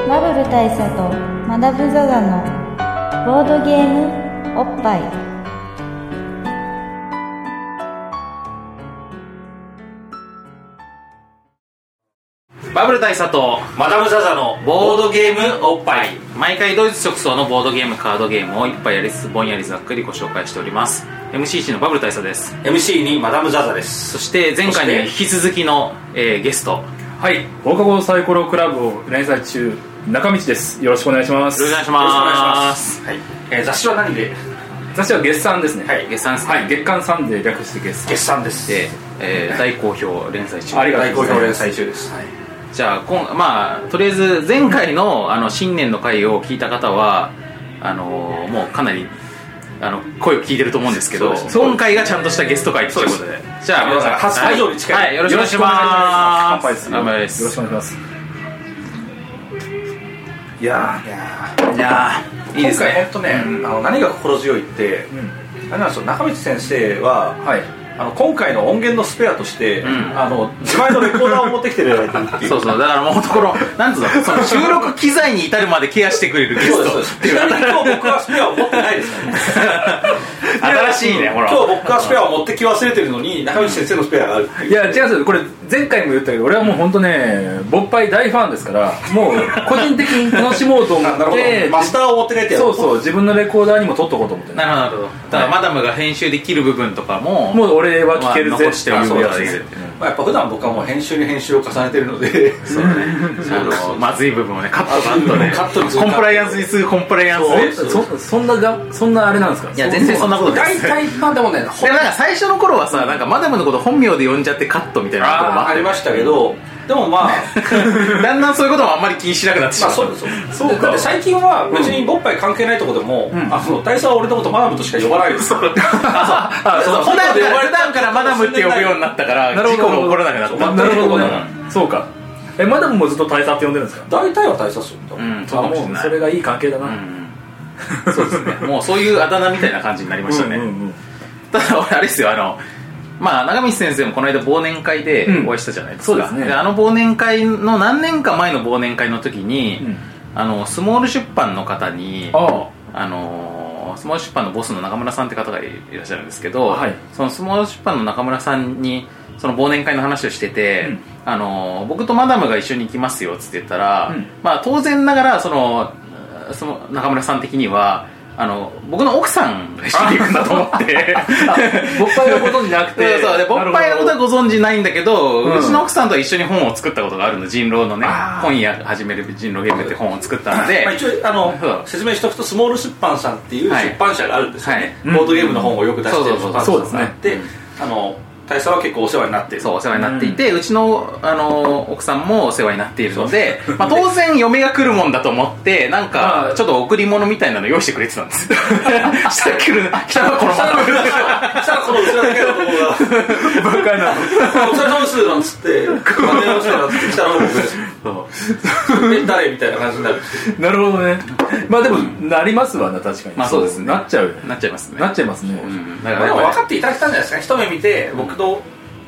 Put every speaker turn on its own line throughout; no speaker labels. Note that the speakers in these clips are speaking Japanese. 大佐とマダム・ザ・ザのボードゲームおっぱい
バブル大佐と
マダム・ザ・ザのボードゲームおっぱい
毎回ドイツ直送のボードゲームカードゲームを一杯やりつつぼんやりざっくりご紹介しております MCC のバブル大佐です
MC にマダム・ザ・ザです
そして前回に引き続きの、えーゲストよ
はい、放課後サイコロクラブを連載中中道ですよろしくお願いします
ろしくお願いし
よろしくお願いし
ま
ますす、はいえー雑誌は何で
私は月産ですね
はい
月産ですね
はい、月刊サンデー略して月産
決算です
で、えー大好評連載中
ありがと
大
う
好
ござい
評
ます
連載中です、はい、
じゃあ今まあとりあえず前回のあの新年の回を聞いた方はあのーもうかなりあの声を聞いてると思うんですけど
そうです
今回がちゃんとしたゲスト回ということでじゃあ皆さん
初登場に近い
はいはい、よろしくお願いします
乾杯です
乾杯で
よろし
す
くお願いしますいや
いやーいいです
今回
ね
本当ね、あの何が心強いって、
ー
あれなんですよ中道先生は、
うんはい
あの今回の音源のスペアとして、
ん
あの自前のレコーダーを持ってきていただいてるっていう
そうそうだからもうところなんつうのその収録機材に至るまでケアしてくれる ゲ
そ
ス
うですそ
ト
う
っ
です
ていう
ちなみに今日僕はスペアを持ってないですからね
新しいねほら
今日僕はスペアを持ってき忘れてるのに中道先生のスペアがあるっていう
いや違うんですよこれ前回も言ったけど俺はもう本当ね勃発大ファンですからもう個人的に楽しもうと思
なる
っ
ほ
て
どマスターを持って帰ってやる
そうそう自分のレコーダーにも撮っとこうと思ってね
なるほどなるほどだからマダムが編集できる部分とかも
もう俺は聞ける
まあ
ぜ
残しておくことができ
ってい
る
う
まあ、やっぱ普段僕はもう編集に編集を重ねてるので
そう だねあのまずい部分をねカットカットね
カットにする
コンプライアンスにすぐコンプライアンスね
そう
そそんながそんなあれなんですか
いや全然そんなことない
大体まあでもねほ
でもなんか最初の頃はさなんかマダムのこと本名で呼んじゃってカットみたいなところも
あ
あっ
りましたけどでもまあ
てだんだんそういうこともあんまり気にしなくなってし
ま
ま
あ
った
そうですそうだって最近は別にボッパイ関係ないとこでも、あの大佐は俺のことマダムとしか呼ばないですそう
あそう
そう
普段か
そう
ら普段からマダムって呼ぶようになったから
なるほ
事
ど
故が起こらなくなった
なるほどね
う
そうかえマダムもずっと大佐って呼んでるんですか
大体は大佐っすよ、
んそう
あ
かもしれ
もう
な
そ
い
れがいい関係だな、
うんそうですねもうそういうあだ名みたいな感じになりましたね
うんうんうん
ただ俺あれですよあのまあ長道先生もこの間忘年会で
うん
お会いしたじゃないですか、
そうですね
あの忘年会の何年か前の忘年会の時に、
うん
あのスモール出版の方に
ああ
あのースモール出版のボスの中村さんって方がいらっしゃるんですけど、
はい
そのスモール出版の中村さんにその忘年会の話をしてて、
うん
あのー僕とマダムが一緒に行きますよっつって言ったら、
うん
まあ、当然ながらそのその中村さん的にはあの僕の奥さんが一緒に行くんだと思 って。
勃発のことじゃなく
そう
て
そうで勃発のことはご存知ないんだけど、
うん
うちの奥さんとは一緒に本を作ったことがあるの人狼のね
あー
今夜始める人狼ゲームって本を作ったので
まあ、一応あ
そう
の説明しておくとスモール出版さんっていう
はい
出版社があるんですよね、
はい
ボードゲームの本をよく出してる
うんそうそ
出
う
版
そう
社さんがあって、あの大佐は結構お世話になってる
そうお世話になっていて、うちのあの奥さんもお世話になっているので、まあ、当然嫁が来るもんだと思ってなん
あ
か
ー
ちょっと贈り物みたいなの用意してくれてたん です下来る来たのこのまま
さあこの後ろだけ のところが
勃発な
お疲れ様ですなんつ って待て直してなんつって来たら僕ですえ誰みたいな感じになる
なるほどねまあでもなりますわな確かに
まあそうですね
なっちゃうよね
なっちゃいますね
なっちゃいますね
うんだ
で
から
も
やっ
分
ぱ
かっていただけたんじゃないですか一目見て僕の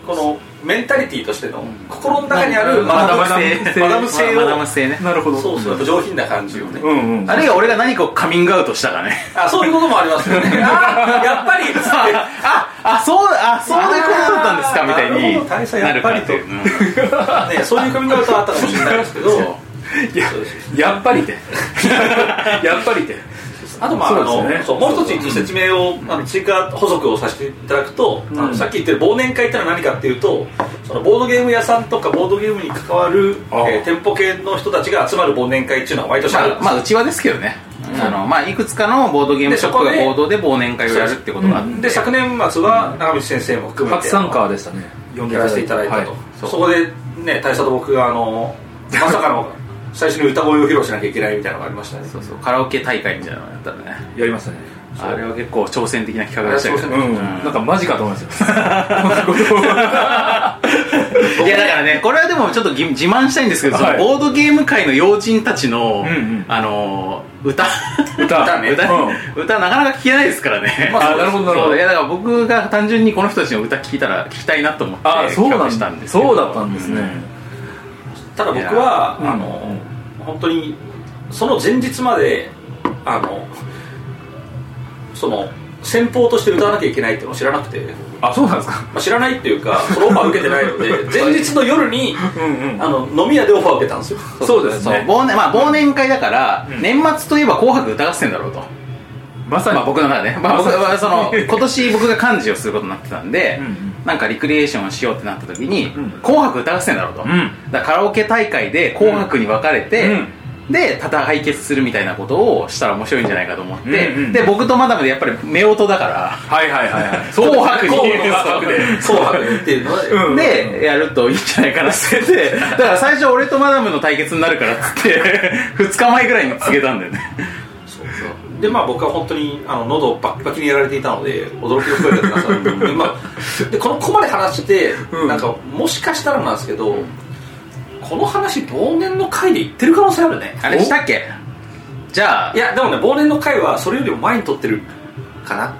このメンタリティーとしての心の中にある
りマダム性
マダム性
マ
を
ダム性ね
なるほど
そうそうやっぱ上品な感じをね
うんうん
あ るいは俺が何かをカミングアウトしたかね
あそういうこともありますよね あやっぱりっつって
あ、あ、そう、あ、そういうことだったんですかみたい
なる
に
ほど大佐
な
や
る
っ
か
ぱ
ら
り
っ
と
ていううん
ね、そういう髪型はあったかもしれないですけど
いややっぱ りってやっぱりって
あとまああ
そう
の
ですね
そうもう一つ一応説明を、あの追加補足をさせていただくと、あのさっき言ってる忘年会ってのは何かっていうとそのボードゲーム屋さんとかボードゲームに関わる、
ああ
えー店舗系の人たちが集まる忘年会っていうのは毎年あるん
まあ、
です
まあ、うちはですけどね。あの、まあ、いくつかのボードゲームショップが
でそこで
合同で忘年会をやるってことがあって。
で昨年末は中道先生も含めて
初参加でしたね呼んで
やらせていただいたと、
は
そこでね大佐と僕があのまさかの最初に歌声を披露しなきゃいけないみたいなのがありましたね
そうそう、カラオケ大会みたいなのやったらね。
やりましたね
あれは結構挑戦的な企画でしたけ
あ
ど
れ
う
は挑
ん、なんかマジかと思いましたよ
いやだからねこれはでもちょっとぎ自慢したいんですけど、その
はい
ボードゲーム界の要人たちの、
んうん
あのー歌
歌
ね
歌,、
う
歌なかなか聞けないですからね、
まああなるほどなるほど
そういやだから僕が単純にこの人たちの歌聞いたら聞きたいなと思って
ああそ
企
うな
画した
ん
ん
で
ですす
そうだったんですね、
ただ僕は、
いや
あの本当にその前日まであのその先方として歌わなきゃいけないっていうのを知らなくて、
あそうなんですか
まあ、知らないっていうかそのオファー受けてないの で前日の夜に
うんうん
あの飲み屋でオファー受けたんですよ
そう です
そう
ね
忘年,、まあ、忘年会だから、年末といえば「紅白歌合戦」だろうと、
まさに、
まあ、僕の中 でね、まあ、
ま
僕
さに
はその今年僕が幹事をすることになってたんで、
うんうん
なんかリクリエーションしようってなった時に「
うん
紅白歌合戦」だろうと、
うん
だからカラオケ大会で「紅白」に分かれて、
うん
で、ただ敗血するみたいなことをしたら面白いんじゃないかと思って、
うんうん
で、僕とマダムでやっぱり夫婦だから、
はいはいはい はい
紅白に
紅白で
紅白にっていうので、
う ん
で、やるといいんじゃないかなって言って、だから最初俺とマダムの対決になるからっつって、2日 前ぐらいに告げたんだよね。
そうそうでまあ僕は本当にあの喉をバキバキにやられていたので驚きの声が出されて、 でまあ、でこのここまで話して、
うん
なんかもしかしたらなんですけどこの話忘年の会で言ってる可能性あるね
あれしたっけじゃあ
い、やでもね忘年の会はそれよりも前に撮ってるかな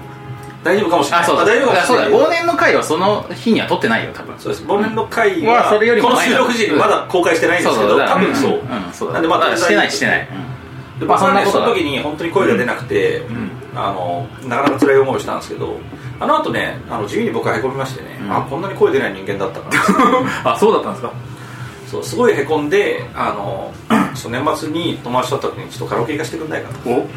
大丈夫かもしれない
あ、そうだ、
大丈夫かも
あ
し
そう
れ
だ
ない
忘年の会はその日には撮ってないよ、多分。
そうです忘年の会
ま
は
あそれよりも
この
前
収
だ
録時にまだ公開してないんですけど
だ
多分そう、
うん、うんそう
な
だ。
んでまあ
まあしてない、してない。
で僕はね、
まあそ
そ
んなことだ
の時に本当に声が出なくて、あのなかなか辛い思いをしたんですけどあの後ねあの地味に僕はへこみましてね、
うん
あこんなに声出ない人間だっ たかな
あそうだったんですか
そうすごいへこんであの そう年末に友達と会った時にちょっとカラオケ行かせてくんないかと
お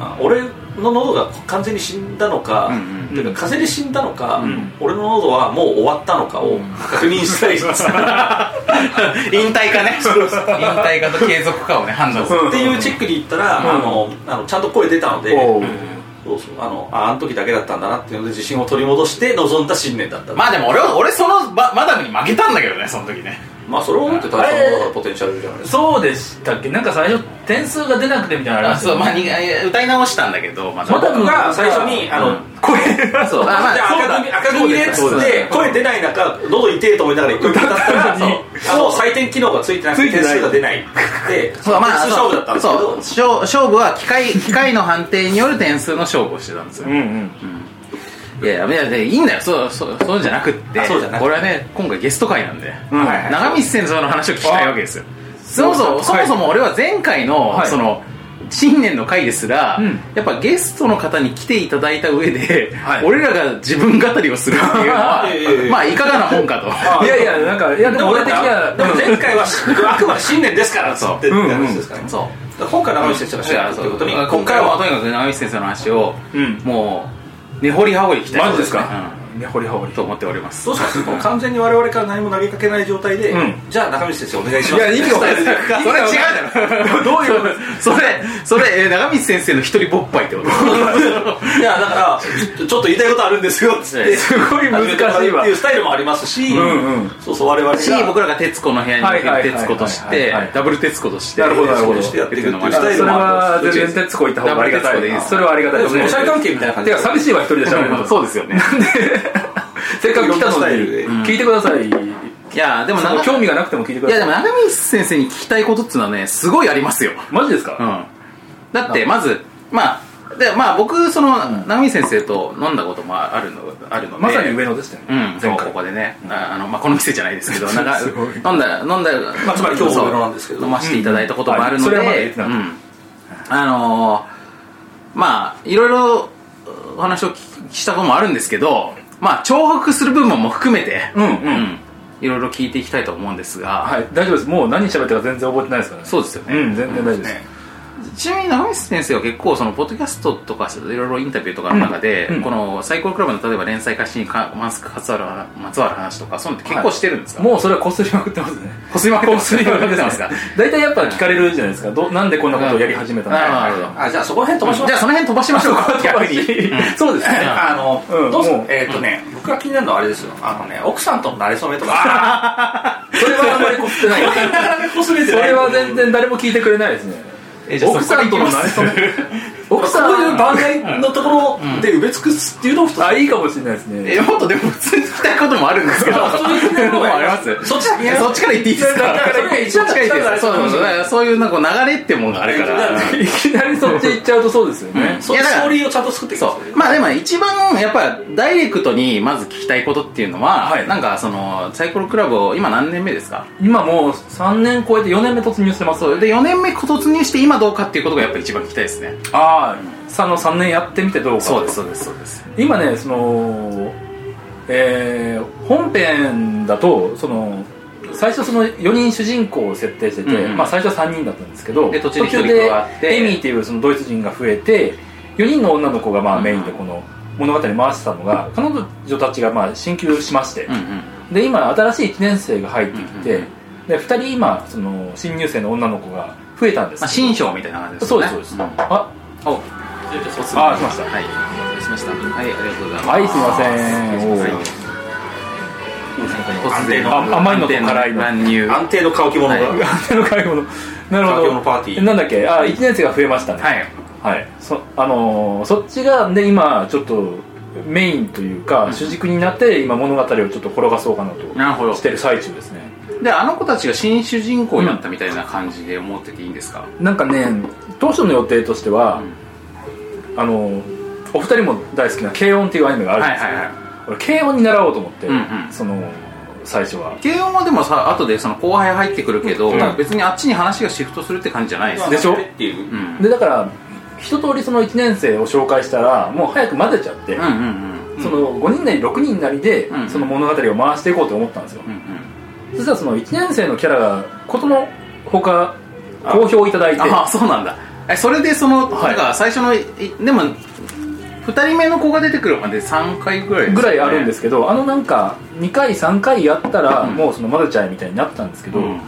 あ俺の喉が完全に死んだのか、
うん
うん
ていうか風邪で死んだのか、
ん
俺の喉はもう終わったのかを確認したい です、
うん。引退かね。引退かと継続かをね、判断する。
っていうチェックに行ったら、
うん
あのあのちゃんと声出たので、
おう
そうそうあのああの時だけだったんだなっていうので自信を取り戻して臨んだ新年だった
まあでも俺は、俺そのママダムに負けたんだけどね、その時ね。
まあそれを思って大したものだからポテンシャルじゃないですか
そうでしたっけなんか最初点数が出なくてみたいなの
あ
ありまし
そ
た
う、
よね
まあに歌い直したんだけど、ま
まだ
僕が最初に、
うん
あの、
声
そう、まあまあ
じゃ
そうだ
あ赤組赤組でっつ
そう
っ
だ
て声出ない中喉痛えと思いながら歌ったら
歌ったのに
そうあの採点機能がついてなくて
ついて
点
ない
数が出ないで点数
そう、まあ、
勝負だったんですけ
そう
ど
勝勝負は機械、機械の判定による点数の勝負をしてたんですよ。
ん
いやいや、いやでいいんだよ、そう、そう、そうじゃなくって。
あそうじゃなくて
俺はね、今回ゲスト会なんで、
うんはいはい
長光先生の話を聞きたいわけですよ。そもそも、
そう
そもそも俺は前回の、
はい
その、新年の会ですら、
うん
やっぱゲストの方に来ていただいた上で、
はい
俺らが自分語りをするっていうの
いやいやい
は、
や
まあ、いかがなもんかと。
いやいやなんかいやで
で
も
も
俺
俺
的
的
に
に
は
はでも前回はあくまで新年ですからっつってって
そう
話ですからね
そう。
だから今回の話先生がし
だか
た
ら
って
そ
いう
う
ことに
今回はとにかく長道先生の話を、
うん
もう根掘り葉掘りいきたい
マジです
ね
かねほりはほ
う
り
んと思っております
どうしますもう完全に我々から何も投げかけない状態で、
うん
じゃあ中道先生お願いします
いや意味わかんない
それ違うだろどういうそれそれえー長道先生の一人ぼっぱいってこと
いやだからちょちょっと言いたいことあるんですよっつって
すごい難しいわ
始めてもらうっていうスタイルもありますし、
うんうん
そうそう我々が
し僕らが徹子の部屋に
はいはいはい
いる徹子とし
はい
て
はい
ダブル徹子として
なるほどなるほ
そ
ど
うしてやっていくっていうスタイ
そ
ル
れ
もあ
は
る
全
し
然徹子行った方がありがた
ダブル徹子でい
い
いで
な
す
それはありがたい
で
です
も
ね
おしゃれ関係みたいな感じ
てか寂しいわ一人で喋るの
そうですよね
せっかく来た
いろんなスタイ
の
ル
で
で
聞いてください
いやでも
その
長
興味がなくても聞いてく
い
だ
や
さ
で
い
も長道先生に聞きたいことっつうのはねすごいありますよ
マジですか
うん、だってまずまあでまあ僕その長見先生と飲んだこともあるのあるので
まさに上野でしたよ
う
ね
ん、そうここでね、ああのまあ、この店じゃないですけど、なんか
すごい
飲んだ、飲んだ、
まあつまり今日も上野なんですけど
飲ませていただいたこともあるので、
うんうんはいそれはまだ言ってなかっ
うんあのーまあ、いろいろお話を聞きしたこともあるんですけど、まあ、重複する部分も含めて、
うんうん
いろいろ聞いていきたいと思うんですが、
はい大丈夫ですもう何喋ったか全然覚えてないですからね
そうですよね。
うん全然大丈夫です
ちなみに長光先生は結構そのポッドキャストとかいろいろインタビューとかの中で、
うんうん
このサイコロクラブの例えば連載開始にかまつまつわる話まつわる話とかそういうのって結構してるんですか、
もうそれはこすりまくってますね
こすりまくってます
こまくってま すか大体やっぱ聞かれるじゃないですかどなんでこんなことをやり始めたのか
なるほどなる
あじゃあそこら辺飛ばし
ほど
ます
じゃあその辺飛ばし ましょうか逆に
そうですね
あの、
うん
どうす
もう
えっ、とね、僕が気になるのはあれですよ。あのね、奥さんとの馴れ初めとか。
それはあんまりこすってない
なかなかこすれ
それは全然誰も聞いてくれないですね
えじゃあ
奥さんとの
そこか
馴れ
ら行
初
き
め
ます
奥さん
こういう番外のところで埋め尽くすっていうのも一つ
あいいかもしれないですね
えもっとでも普通に聞きたいこともあるん ですけど
あ普通に聞きたいこと
も
も
う
あ
あ
り
り
ま
ます す
そっちだけ
そっちから言っていいですか
いやだから
そっちから言っていいですかそうそうそうだからそういうなんか流れってもんがあるから
だ
いきなりそっち行っちゃうとそうですよね、
うん
そ
いやだ
ス
から
トーリーをちゃんと作っていくん
そ
で
う
すね
まあでも一番やっぱダイレクトにまず聞きたいことっていうのは、
はい
なんかそのサイコロクラブを今何年目ですか
今もう3年超えて4年目突入してます
そうで4年目突入して今どうかっていうことがやっぱ一番聞きたいですね
ああその3年やってみてどうか
そうですそうですそうです
今ねそのえー本編だとその最初その4人主人公を設定してて、
うんうん
まあ、最初は3人だったんですけど
で途中で一人加わって
でエミーっていうそのドイツ人が増えて4人の女の子がまあメインでこの物語回してたのが彼女たちがまあ進級しまして、
うんうん
で今新しい1年生が入ってきて、
うんうん
で2人今その新入生の女の子が増えたんです
まあ
けど
新章みたいな感じです
そ
よ
うで
ね
すそうです、
ん
あ
おお
あ来ました
はいお待たせしましたはいありがとうございます
はいすいません
はい突然
あ甘いのと辛いの
乱入
安定の乾き物が、
は
手の買い物なるほ
環境
ど
のパーティー
なんだっけあ1年生が増えましたね
はい
はい、そあのーそっちがね今ちょっとメインというか、主軸になって今物語をちょっと転がそうかなと
なるほど
してる最中ですね
であの子たちが新主人公になったみたいな感じで思ってていいんですか、
なんかね当初の予定としては、あのーお二人も大好きな「軽音」っていうアニメがあるんですけど、
はいはい
俺軽音に習おうと思って、
うんうん
その最初は
軽音はでもさ後でその後輩入ってくるけど、
うん
別にあっちに話がシフトするって感じじゃないですね
でしょ
っていう
う、ん
でだから一通りその1年生を紹介したらもう早く混ぜちゃって、
うんうんうん
その5人なり6人なりで、
うん
その物語を回していこうと思ったんですよ、
うん
そしたらその1年生のキャラがことのほか好評いただい
うん
て
ああそうなんだえそれでその、
はい
なんか最初のいでも2人目の子が出てくるまで3回ぐらいですよね、
ぐらいあるんですすけど、あのなんか2回3回やったら
うん
もうその混ぜちゃえみたいになったんですけ
う
ど、
ん、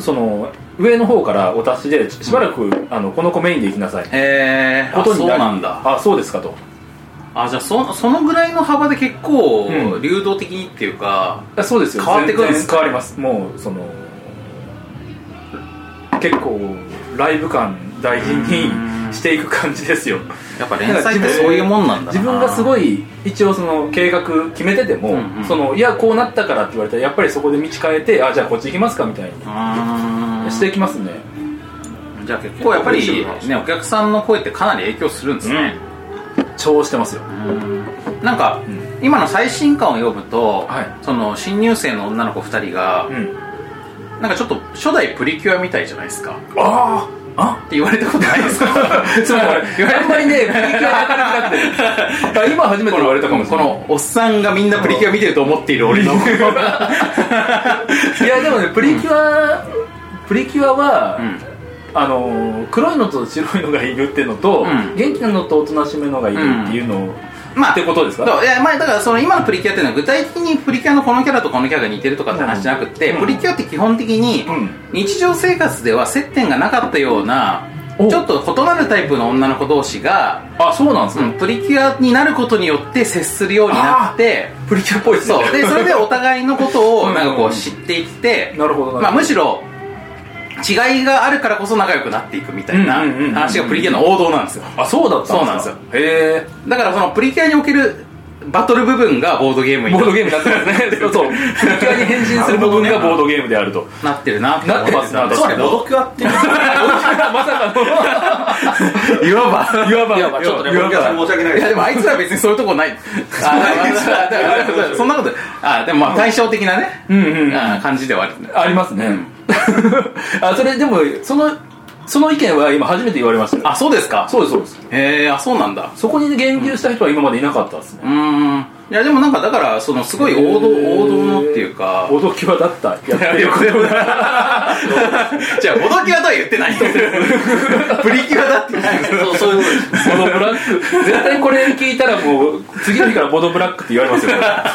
その上の方からお達しでしばらく、あのこの子メインで行きなさい
えー、
こ
あ
とに
そう
なり
なんだ
あそうですかと
あじゃあそそのぐらいの幅で結構
うん
流動的にっていうか、
あそうですよ
変わってくるんです
全然変わりますもうその結構ライブ感大事にしていく感じですよ
やっぱ連載ってそういうもんなんだな
自分がすごい一応その計画決めてても、
うんうん
そのいやこうなったからって言われたらやっぱりそこで道変えてあじゃあこっち行きますかみたいに
うーん
していきますね
じゃあ結構やっぱりねお客さんの声ってかなり影響するんですね、
調してますよ
なんか、
ん
今の最新刊を読むと、
はい
その新入生の女の子2人が、
うん
なんかちょっと初代プリキュアみたいじゃないですかっ
ああ
て言われたことないですか
つまり
言われ
あんまりねプリキュアなかなく なくて今初めて言われたかもし
こ
れない
のおっさんがみんなプリキュア見てると思っている俺の
いやでもねプリキュア、プリキュアは、
うん
あのー黒いのと白いのがいるっていうの
う
と、
ん
元気なのとおとなしめのがいるっていうのを、
まあ
ってことですか
そういやまあだからその今のプリキュアっていうのは具体的にプリキュアのこのキャラとこのキャラが似てるとかって話じゃなくって、
うん
プリキュアって基本的に
うん
日常生活では接点がなかったような
お
ちょっと異なるタイプの女の子同士が、
あそうなんです
う
か、
ん、プリキュアになることによって接するようになって
プリキュアっぽいですね
そうでそれでお互いのことを
うん
なんかこう知っていって
なるほどなるほど
まあ、むしろ違いがあるからこそ仲良くなっていくみたいな
うんうんうんうん
話がプリキュアの王道なんですよ
あそうだった
そうなんですよ
へ
だからそのプリキュアにおけるバトル部分がボードゲーム
え
に
ボードゲームになってますねそうそうプリキュアに変身する部分がボードゲームであると
なってるな
なってますな
な
って
つまり
ます
ボドキュアっていう
まさかの
いわば
いわば
いわばちょっとね
いわば
ボドキュアさん申し訳ない
いやでもあいつら別にそういうとこない あだからだからだからそんなことあでもまあ対照的なね、
うんうんうん
あ感じではある
ありますね、あそれでもそのその意見は今初めて言われましたよ
あそうですか
そうですそうです
へえあそうなんだ
そこに言及した人は今までいなかったですね
うーんいやでもなんかだからそのすごい王道王道のっていうか
おどきはだったやっ
い
て
や
よ
横でもない じゃあボドキュアとは言ってない プリキュアだって言ってる
そうそういうことです
ボドブラック絶対これ聞いたらもう次の日からボドブラックって言われますよあ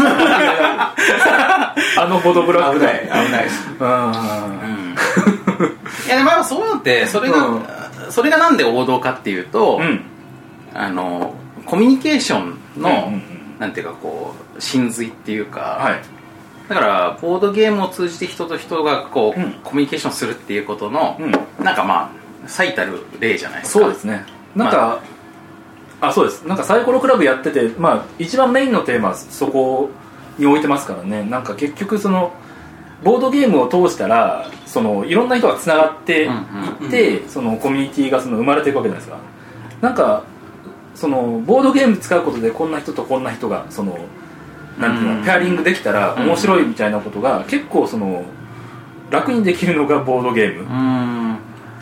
のボドブラックだ
危ない
うん
いやでもやっぱそういうのってそれが、それがなんで王道かっていうと、
うん
あのコミュニケーションの、
うんうん
なんていうかこう真髄っていうか、
はい
だからボードゲームを通じて人と人がこう、
うん
コミュニケーションするっていうことの、
うん
なんかまあ最たる例じゃないですか
そうですねなんか、あ、そうですなんかサイコロクラブやっててまあ一番メインのテーマはそこに置いてますからねなんか結局そのボードゲームを通したらそのいろんな人がつながっていって、そのコミュニティがその生まれていくわけじゃないですかなんかそのボードゲーム使うことでこんな人とこんな人がそのなんていうの、
うん
ペアリングできたら面白いみたいなことが結構その楽にできるのがボードゲーム
うーん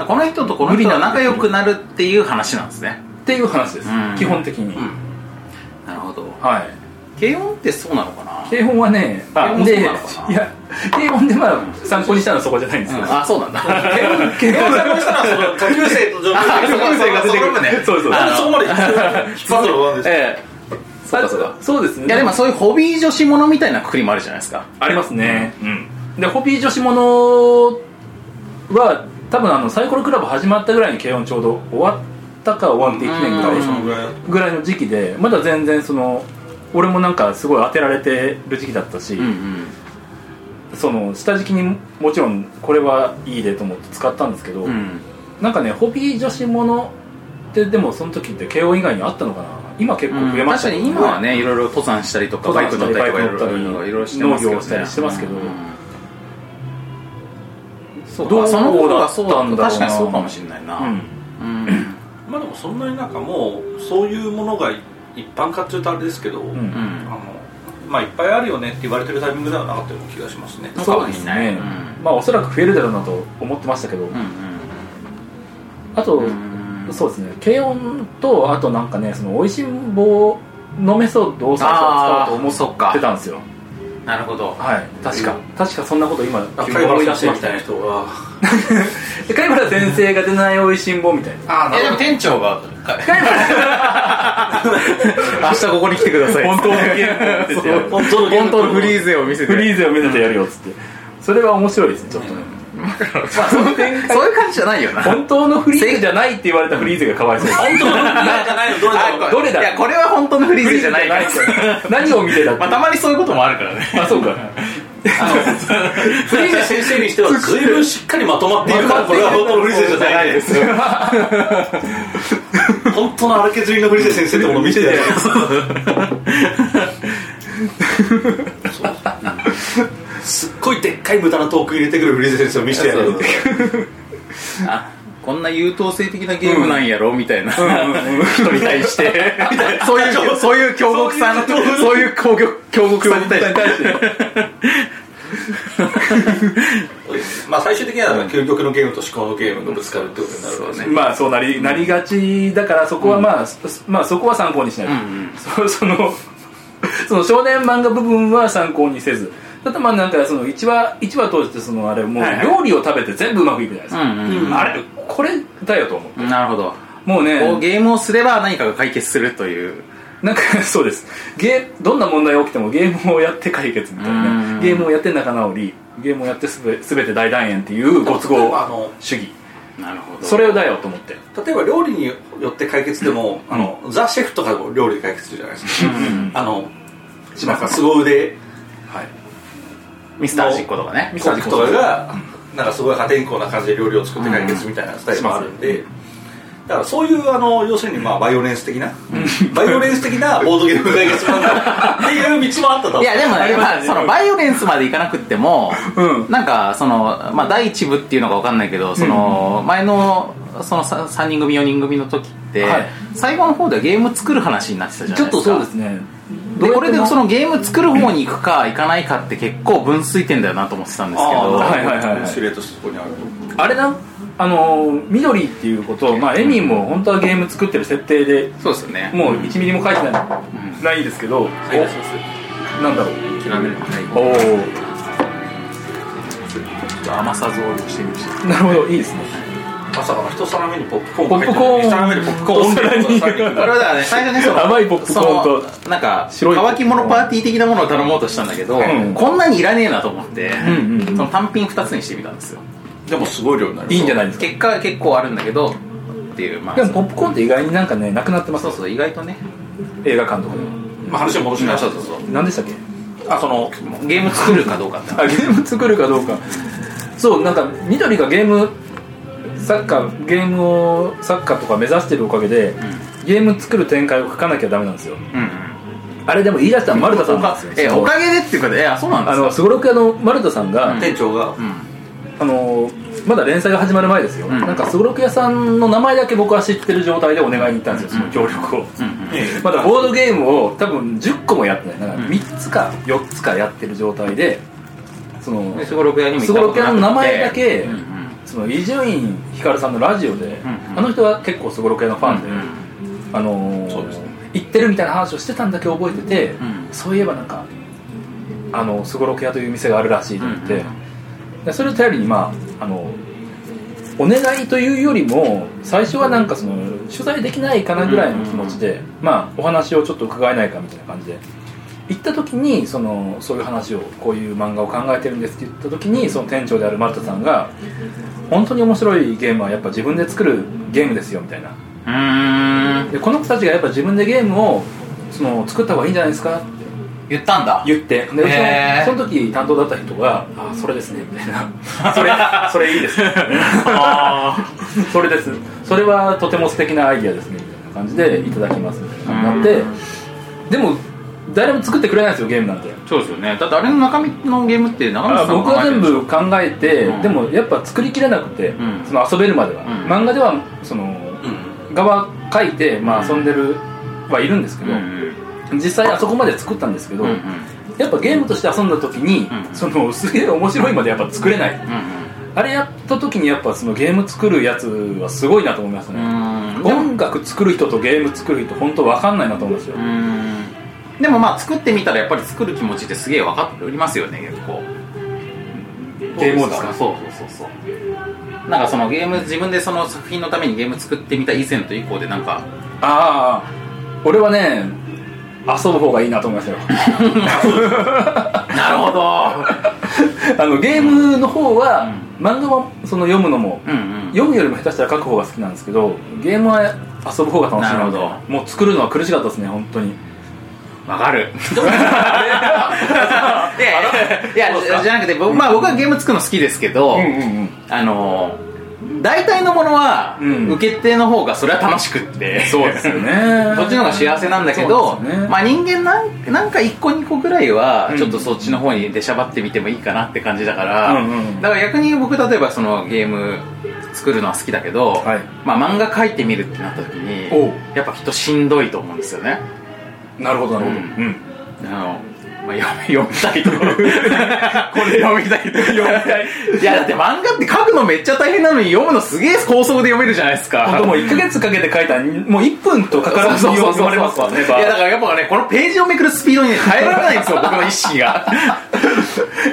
この人とこの人が仲良くなるっていう話なんですね
っていう話です、
うん
基本的に、
なるほど
はい
軽音ってそうなのかな
軽音はねあ
軽音
で
そう
い
なのかな
や軽音でまあ参考にしたのはそこじゃないんですけど、
あそうなんだ軽音
英語を参考にしたのはその下級生と上級
あ
生
下級生が出てくるね
そうそう
なんでそこまで引っ張るのなんですか
ええそうかそうか
あそうですね
いやでもそういうホビー女子ものみたいなくくりもあるじゃないですか
ありますね、でホビー女子ものは多分あのサイコロクラブ始まったぐらいに軽音ちょうど終わったか終わって1年ぐらい
うん
そのぐらい
ぐらいの時期でまだ全然その俺もなんかすごい当てられてる時期だったし、
ん
その下敷きにもちろんこれはいいでと思って使ったんですけど、
うん
なんかねホビー女子ものってでもその時って慶応以外にあったのかな今結構増えまし
確か
たけど
に今はねいろいろ登山したりとかバ
登
イ
山
ク乗
した
っ
り
たりとかい
バイク乗ったり
ろいろしてますけど、ね、
農業したりしてますけど
そう
ど
か
う
その頃はそうだ
だったんだろ
確
うな
かにそうかもしれないな
うん
うん
まあでもそんなになんかもうそういうものが一般化っていうとあれですけど、
うん
うん
あのまあいっぱいあるよねって言われてるタイミングではなかったような気がしますね
うん
そうですね、
うん
まあおそらく増えるだろうなと思ってましたけど、あと、
うんうん
そうですね軽音とあとなんかねその美味しん坊のメソッドを最初は使おう
あーそっ
と思
か
ってたんですよ
なるほど
はい確か、
うん
確かそんなこと今急に
貝
思
原
い出
先
し
生
ま
み
した
たいな
ね
人が
貝原先生が出ない美味しん坊みたい な
あ
えでも店長が
貝原
明日ここに来てください
本当のゲームって言ってやる
本当のゲー
本
ム
当のフリーゼを見せて
フリーゼを目指てやるよっつって、それは面白いですねちょっとね、まあ、その展開
そういう感じじゃないよな
本当のフリーゼじゃないって言われたフリーゼがかわいそうです
本当のフリーゼじゃないのどれだろう
あ
どれだ
いやこれは本当のフリーゼじゃないから
何を見てたって
まあたまにそういうこともあるからね
あそうか
フリーゼ先生にしては随分しっかりまとまっているからこれは本当のフリーゼじゃない
ですよ
本当の荒削りのフリーゼ先生ってものを見せてやるすっごいでっかい無駄なトーク入れてくるフリーゼ先生を見せてやる
あこんな優等生的なゲームなんやろみたいな人に対してそういうそういう強国さんそういう強国強国さんに対して
まあ最終的には究極のゲームと思考のゲームがぶつかるってことになるわけですね
まあそうなりなりがちだからそこはまあ、そまあそこは参考にしないと、そ そのその少年漫画部分は参考にせずただまあなんかその1話一話通してそのあれもう
はいはい
料理を食べて全部うまくいくじゃないですか、
うんうんうん
あれこれだよと思う
なるほど
もうね
こうゲームをすれば何かが解決するという
なんかそうですゲーどんな問題が起きてもゲームをやって解決みたいな
うん
ゲームをやって仲直りゲームをやってすべ全て大団円っていうご都合
あの
主義
なるほど
それだよと思って
例えば料理によって解決でも、あのザ・シェフとかも料理で解決するじゃないですか、あのなんかすご腕
はい
ミスタージッコとかね
ミサジクとかがなんかすごい破天荒な感じで料理を作って解決みたいなスタイルもあるんで、だからそういうあの要するにまあバイオレンス的な、バイオレンス的なボードゲーム解決なんだっていう道もあったと
いやでも
あ
ね、
りま
ま
す
あ、そのバイオレンスまでいかなくっても、
うん
なんかその、まあ、第一部っていうのか分かんないけどその前のそのさ3人組4人組の時って、
はい
最後の方ではゲーム作る話になってたじゃ
ち
な
ょ
い
っ
で
と
すか
そうですね
でこれでそ
の
のゲーム作る方に行くか行かないかって結構分水点だよなと思ってたんですけど
ああ
はい
なるほど
はいはい
シルエットしてそこにあると
あれなあのー緑っていうことをまあエミンも本当はゲーム作ってる設定で
そうですよね
もう1ミリも書いてない,、
うん
ないんですけど、
はい出します
おなんだろう
キラメルはい
お
ちょっと甘さ増量してみました
おなるほどいいですね
まさかの一皿目にポップコーン
ポップコーン
一皿目にポップコーン
お皿に
これはだからね最初ねその
甘いポップコーンと
そのなんか
白いポップコー
乾
ン
き物パーティー的なものを頼もうとしたんだけど、
ん
こんなにいらねえなと思って、
んうんうん
その単品2つにしてみたんですよ
でもすごい量になる
いいんじゃないですか
結果は結構あるんだけどっていうまあ
でもポップコーンって意外になんかねなくなってます
そうそう意外とね
映画館とかでも
まあ話を戻しな
そうそうそう
何でしたっけ
あそのゲーム作るかどうかって話
あゲーム作るかどうかそうなんか緑がゲームサッカーゲームをサッカーとか目指してるおかげで、ゲーム作る展開を書かなきゃダメなんですよ
うん
あれでも言い出したのは丸田さんなんですよ
え
その
おかげでっていうかえあそうなんで
あ
すか
のすごろく屋の丸田さんが、
うん
店長が
あのまだ連載が始まる前ですよ、
ん
なんかすごろく屋さんの名前だけ僕は知ってる状態でお願いに行ったんですよその協力を、まだボードゲームを多分10個もやってないだから3つか4つかやってる状態でその
でスゴロク屋にも
スゴロク屋の名前だけ
うんうん
その伊集院光さんのラジオで、
んうん
あの人は結構すごろく屋のファンで、
うんうん
あのー
そうですね
行ってるみたいな話をしてたんだけ覚えてて、
ん
そういえばなんかあのすごろく屋という店があるらしいと思って、
うんうん
でそれを頼りにまああのお願いというよりも最初はなんかその取材できないかなぐらいの気持ちで、まあお話をちょっと伺えないかみたいな感じで行った時にそのそういう話をこういう漫画を考えてるんですって言った時にその店長である丸田さんが「本当に面白いゲームはやっぱ自分で作るゲームですよ」みたいな
うーん
でこの子たちがやっぱ自分でゲームをその作った方がいいんじゃないですかって
言ったんだ
言ってでそ
へー
のその時担当だった人が「あそれですね」みたいな「 それそれいいです」それですそれはとても素敵なアイディアですね」みたいな感じで「いただきます」みたいな感じになってでも誰も作ってくれないんですよゲームなんて
そうですよねだってあれの中身のゲームって中身さん
僕は全部考えて、
うん
でもやっぱ作りきれなくて、
ん
その遊べるまでは、
ん
漫画ではその、画は描いて、まあ、遊んでるはいるんですけ
うん
ど、
うん
実際あそこまで作ったんですけど、
うんうん
やっぱゲームとして遊んだ時に、
うん
そのすげえ面白いまでやっぱ作れない、あれやった時にやっぱそのゲーム作るやつはすごいなと思います
う
ね、
んうんでも
音楽作る人とゲーム作る人本当わかんないなと思うんですよ、
うんでもまあ作ってみたらやっぱり作る気持ちってすげえ分かっておりますよね結構
ゲームをですか
そうそうそうそうなんかそのゲーム自分でその作品のためにゲーム作ってみた以前と以降でなんか
ああ俺はね遊ぶ方がいいなと思いますよ
なるほど
あのゲームの方は、漫画もその読むのも、
うんうん
読むよりも下手したら書く方が好きなんですけどゲームは遊ぶ方が楽しい
なるほ
で
ど
もう作るのは苦しかったですね本当に
わか るいやいや
そうですか
じゃなくて僕,、まあ、僕はゲーム作るの好きですけど、
うん
あの大体のものは、
うん
受け手の方がそれは楽しくって
そうですよ ね
そっちの方が幸せなんだけど、
そうですよね
まあ人間なんなんか一個二個ぐらいは
うん
ちょっとそっちの方に出しゃばってみてもいいかなって感じだから、
うんうん
だから逆に僕例えばそのゲーム作るのは好きだけど、
はい
まあ漫画描いてみるってなった時
おう
にやっぱきっとしんどいと思うんですよね
なるほどなるほ
う
ど、うん
あの、まあ、読み 読みたい とこれ読みたいと読みたい いやだって漫画って書くのめっちゃ大変なのに読むのすげえ高速で読めるじゃないですか
本当もう1ヶ月かけて書いたらもう1分とかからず
そう
に
そう
読
そう
まれますからね
いやだからやっぱねこのページをめくるスピードにね耐えられないん ですよ僕の意識が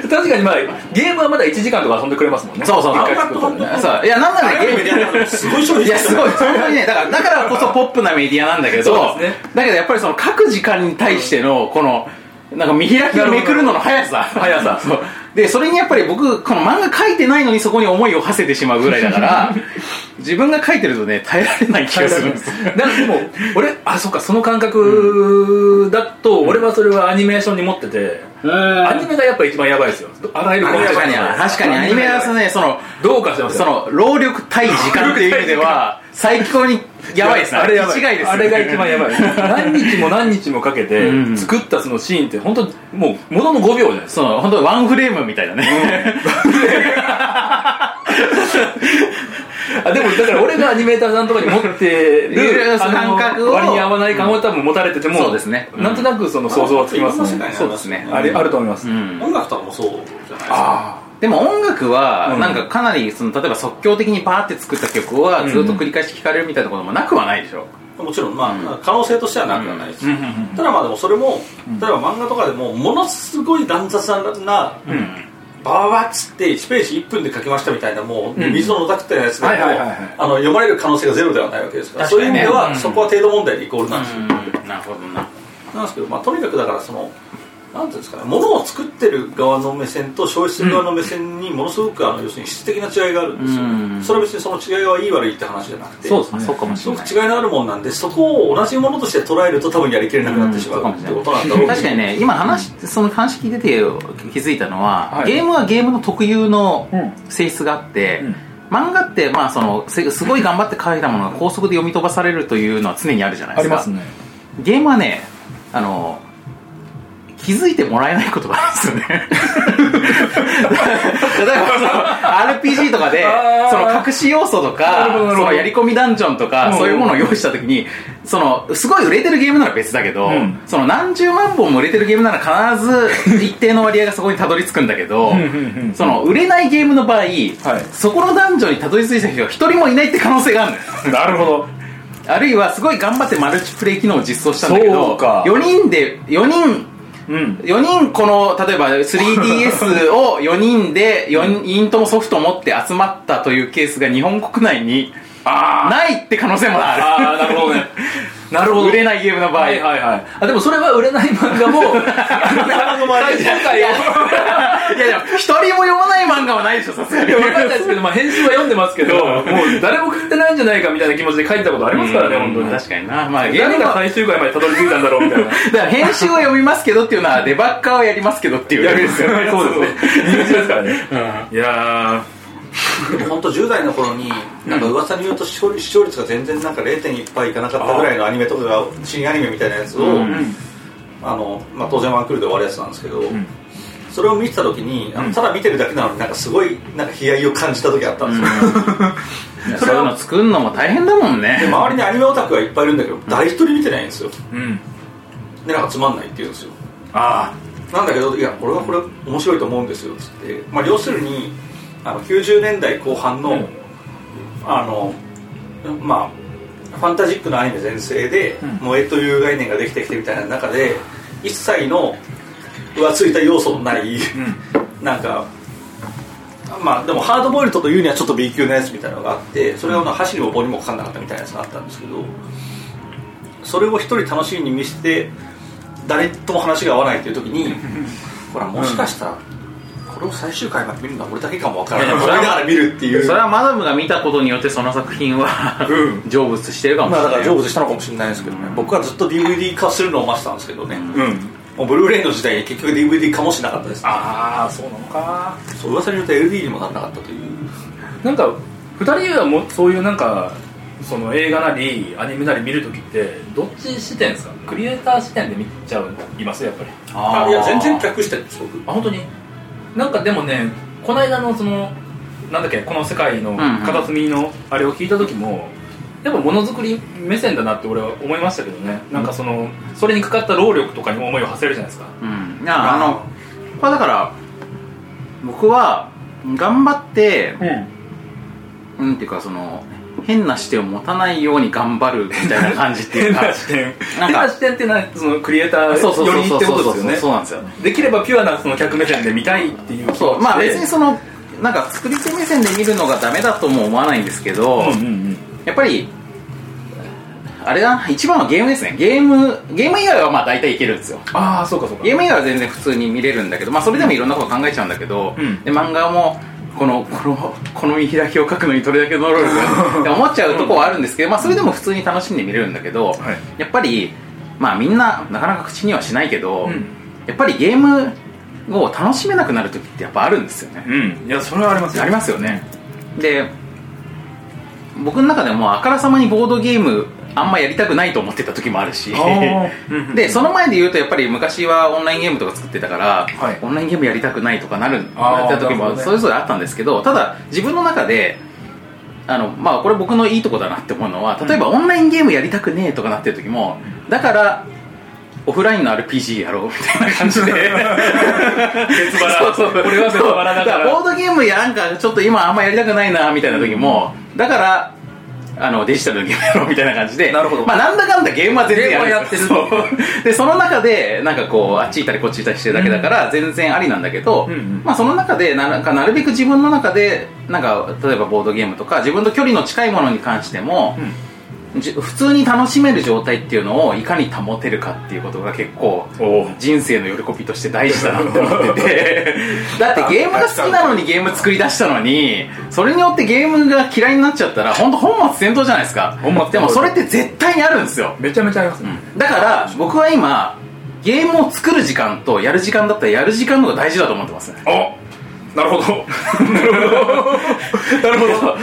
確かにまあゲームはまだ1時間とか遊んでくれますもんね
そうそうそう
一回作ると ね
そういやなんならゲームで
やすごい商
いやすごい本当にねだからだからこそポップなメディアなんだけ
そ
ど、
うですね
だけどやっぱりその書く時間に対してのこのなんか見開きをめくるのの速さ
速さ
そうでそれにやっぱり僕この漫画書いてないのにそこに思いを馳せてしまうぐらいだから自分が書いてるとね耐えられない気がするん ですよ
だからでも俺あそうかその感覚だと俺はそれはアニメーションに持っててアニメがやっぱ一番やばいですよあらゆるコンテンツ
確かに確かにアニメはねその
どうかしてます
その労力対時間っていう意味では最高にやばいですね
あれやばい
一概ですよ
あれが一番やばい何日も何日もかけて作ったそのシーンって本当もうものの5秒じゃないですか
その本当ワンフレームみたいなね、
あでもだから俺がアニメーターさんとかに持って
いやいや
るあ
感
の
覚を
割に合わない感は多分持たれてても
そうですね
なんとなくその想像はつきます
いろんな世
ね
界
そうですね
あれあると思います、
うん
音楽とかもそうじゃないですか
あ
でも音楽は
うん
なんかかなりその例えば即興的にバーって作った曲はずっと繰り返し聴かれるみたいなこともなくはないでしょ、
もちろん、まあ、可能性としてはなくはないです、
うんうんうん
ただまあでもそれも、例えば漫画とかでもものすごい乱雑な、バババッつって1ページ1分で書きましたみたいなもう、
うん
水ののたくったやつでも、
はいはいはいはい
あの読まれる可能性がゼロではないわけですから
確かにね
そういう意味では、
うん
そこは程度問題でイコールなんですよ、
うんなるほどな
なんですけど、まあ、とにかくだからそのなんていうんですかね物を作ってる側の目線と消費する側の目線にものすごくあの要するに質的な違いがあるんですよ、
うん
それは別にその違いはいい悪いって話じゃなくて
そうですね
そうかもし
す
れ
ご
な
く
い
違いのあるもんなんでそこを同じものとして捉えると多分やりきれなくなってしまうってことなんだろう
確かにね今話その鑑識出て気づいたのは、
はい
ゲームはゲームの特有の
うん
性質があって、
うん
漫画って、まあ、そのせすごい頑張って書いたものが高速で読み飛ばされるというのは常にあるじゃないで
あ
す
り
か
ますね
ゲームはねあの気づいてもらえないことがあるんですよ ね例えばその RPG とかで
あー
その隠し要素と
なるほどな
かそ
るほど
のやり込みダンジョンと
うん
かそういうものを用意した時にそのすごい売れてるゲームなら別だけど、
うん
その何十万本も売れてるゲームなら必 ず一定の割合がそこにたどり着くんだけど
んうんうん
その売れないゲームの場合、そこのダンジョンにたどり着いた人が一人もいないって可能性があるのよ
なるほど
あるいはすごい頑張ってマルチプレイ機能を実装したんだけ
そう
ど
か
4人で4人
うん
4人この例えば 3DS を4人で4人ともソフトを持って集まったというケースが日本国内に
あ
ないって可能性も
あ
あ
ああなるほどねなる
る
ほど
売れ ないゲームの場合、
はいはいはいあでもそれは売れない漫画 もあの最終回を
いやでも一人も読まない漫画はないでしょさすがに
分かんないですけど、まあ、編集は読んでますけどもう誰も買ってないんじゃないかみたいな気持ちで書いたことありますからね本当に
確かになまあゲー
誰
ム
が
は
最終回までたどり着いたんだろうみたい な
だから編集を読みますけどっていうのはデバッカーをやりますけどっていう
やるんですよね。そうですね。入 試ですからね。いや
でも本当10代の頃になんか噂によると視聴率視聴率が全然なんか0.1倍いかなかったぐらいのアニメとかが新アニメみたいなやつを、あのまあ、当然ワンクールで終わるやつなんですけど、それを見てた時にあのただ見てるだけなのになんかすごいなんか悲哀を感じた時あったんですよ、
いやそういうの作るのも大変だもん
で
ね
周りにアニメオタクがいっぱいいるんだけど誰一人見てないんですよ
ー、うん。
でなんかつまんないって言うんですよ
あ
なんだけどいや俺はこれ面白いと思うんですよっつって、まあ、要するにあの90年代後半の、
うん
あのまあファンタジックなアニメ全盛で、
ん
萌えという概念ができてきてみたいな中で一切の浮ついた要素のない、なんかまあでもハードボイルドというにはちょっと B 級のやつみたいなのがあってそれはまあ箸にも棒にもかかんなかったみたいなやつがあったんですけどそれを一人楽しみに見せて誰とも話が合わないという時にほらもしかしたらこれを最終回まで見るのは俺だけかもわからない
いや
思いながら見るっていう
それはマダムが見たことによってその作品は、成仏してるかもし
まあ
れ
だか
な
ら
い、
成仏したのかもしれないですけどね、僕はずっと DVD 化するのを待ってたんですけどね、
あ。うん。
もうブルーレイの時代に結局 DVD 化もしなかったです、
ああ、そうなのか。
そう噂によって LD にもならなかったという
なんか、二人はもうそういうなんか、その映画なり、アニメなり見るときって、どっち視点ですかクリエイター視点で見ちゃう、いますやっぱり。
あー
いや全然客してるんです僕
あ、本当になんかでもね、この間のその、なんだっけ、この世界
ん
の
うん
片隅のあれを聞いたときも、やっぱものづくり目線だなって俺は思いましたけどね、なんかその、それにかかった労力とかに思いを馳せるじゃないですか。
うんいやあのこれはだから僕は頑張って
うん、
うんっていうかその変な視点を持たないように頑張るみたいな感じっていうか
視点
なん
変
か
な視点ってなそのクリエイター
そうそう
よ
そう
り
そ
っ
う
てこ
そう
と
そう
です
そう
よね
なんですよ
できればピュアなその客目線で見たいっていう気持ちで
そうまあ別にそのなんか作り手目線で見るのがダメだとも思わないんですけど、
うんうん
やっぱりあれだな一番はゲームですねゲームゲーム以外はまあ大体いけるんですよ
ああそうかそうか
ゲーム以外は全然普通に見れるんだけど、まあ、それでもいろんなこと考えちゃうんだけど、
うん
で漫画もこのこのこの見開きを書くのにどれだけの労力がって 思っちゃうとこはあるんですけど、まあ、それでも普通に楽しんで見れるんだけど、
はい
やっぱり、まあ、みんななかなか口にはしないけど、
うん
やっぱりゲームを楽しめなくなる時ってやっぱあるんですよね
うんいやそれはありますよ
ありますよねで僕の中でもあからさまにボードゲームあんまやりたくないと思ってた時もあるし
あーうんうん
でその前で言うとやっぱり昔はオンラインゲームとか作ってたから、
はい
オンラインゲームやりたくないとかなる
あー
なった時
なるほど
も
ね
それぞれあったんですけどただ自分の中であのまあこれ僕のいいとこだなって思うのは例えばオンラインゲームやりたくねえとかなってる時もだからオフラインの RPG やろうみたいな感じ で
別腹
そうそう
これは別腹だから
ボードゲームやなんかちょっと今あんまやりたくないなみたいな時も、だからあのデジタルのゲームやろうみたいな感じで
なるほど
まあ、なんだかんだゲームは全然
ゲームはやってる
そうでその中でなんかこうあっち行ったりこっち行ったりしてるだけだから全然ありなんだけど、
うんうん
まあ、その中でななんかなるべく自分の中でなんか例えばボードゲームとか自分と距離の近いものに関しても、じ普通に楽しめる状態っていうのをいかに保てるかっていうことが結構
おう
人生の喜びとして大事だなって思っててだってゲームが好きなのにゲーム作り出したのにそれによってゲームが嫌いになっちゃったら本当本末転倒じゃないですか
本末転倒
でもそれって絶対にあるんですよ
めちゃめちゃありますね
だから僕は今ゲームを作る時間とやる時間だったらやる時間の方が大事だと思ってますね
お なるほどなるほど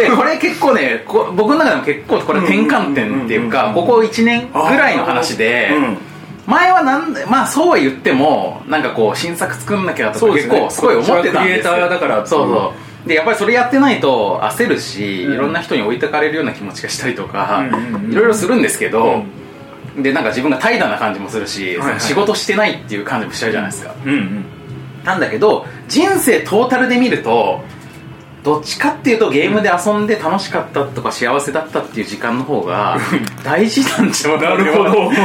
でこれ結構ねこ僕の中でも結構これ転換点っていうかここ1年ぐらいの話で、
うん
前はなんでまあそうは言ってもなんかこう新作作んなきゃと
そう
か
です
結
ね
構すごい思ってたんですよ
クリエイターだから
そうそうでやっぱりそれやってないと焦るし、いろんな人に置いてかれるような気持ちがしたりとか、
うんうんうん
いろいろするんですけど、でなんか自分が怠惰な感じもするし、
はいはい
仕事してないっていう感じもしちゃうじゃないですか、
うんうん
なんだけど人生トータルで見るとどっちかっていうとゲームで遊んで楽しかったとか幸せだったっていう時間の方が大事なんじゃない
なるほ
っ
ど
て思って、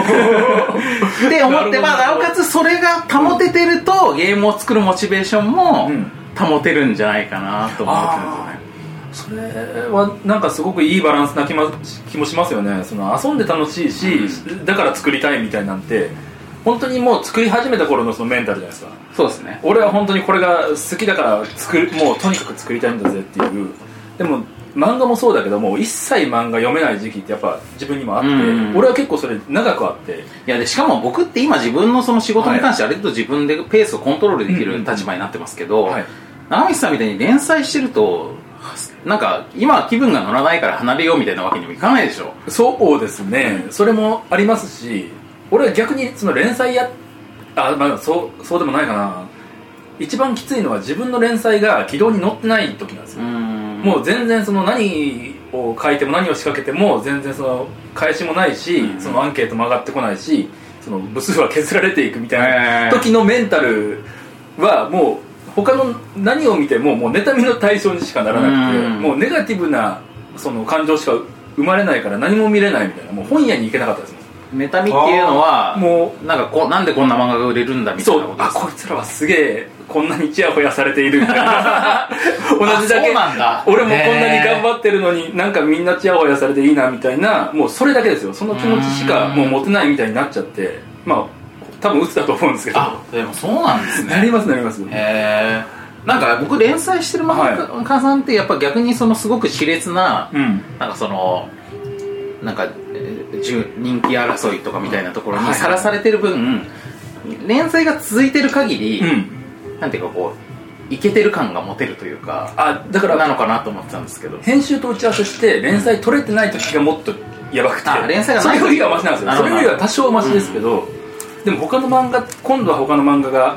なるほど
まあ、なおかつそれが保ててると、ゲームを作るモチベーションも
うん
保てるんじゃないかなと思ってるんですよね
それはなんかすごくいいバランスな気,、ま、気もしますよねその遊んで楽しいし、だから作りたいみたいなんて本当にもう作り始めた頃のそのメンタルじゃないですか
そうですね
俺は本当にこれが好きだから作るもうとにかく作りたいんだぜっていうでも漫画もそうだけども一切漫画読めない時期ってやっぱ自分にもあって、
うん
俺は結構それ長くあって
いやでしかも僕って今自分のその仕事に関してある程度自分でペースをコントロールでき
う
る
んうん
立場になってますけど、
はい
長光さんみたいに連載してるとなんか今は気分が乗らないから離れようみたいなわけにもいかないでしょ
そうですね、それもありますし俺は逆にその連載やあまあそうそうでもないかな一番きついのは自分の連載が軌道に乗ってない時なんですよ、
ん
もう全然その何を書いても何を仕掛けても全然その返しもないし、
うん
そのアンケートも上がってこないしその部数は削られていくみたい
へー
な時のメンタルはもう他の何を見てももう妬みの対象にしかならなくて、
うん
もうネガティブなその感情しか生まれないから何も見れないみたいなもう本屋に行けなかったですもん
メタミっていうのは
も
なんかこうなんでこんな漫画が売れるんだみたい
そ
な
う
ことで
あ
すか
こいつらはすげえこんなにチヤホヤされているみたいな同じだ
あそ
け
うなんだ
俺もこんなに頑
っ
張ってるのになんかみんなチヤホヤされていいなみたいなもうそれだけですよその気持ちしかもう持てないみたいになっちゃってまあ多分鬱だと思うんですけど
あでもそうなんですね
なりますなります
へえんか僕連載してる漫画家さんってやっぱ逆にそのすごく熾烈な
うん
なんかそのなんかえーじゅ人気争いとかみたいなところ
は
に
い
さらされてる分連載が続いてる限り
うん
なんていうかこうイケてる感が持てるというか
あだから
なのかなと思ってたんですけど
編集と打ち合わせして連載取れてない時がもっとやばくて
あ連載が
そ
な
れ
い時
よりはマシなんですよ
なる
そ
ほ
れ
ど
よりは多少はマシですけど、でも他の漫画今度は他の漫画が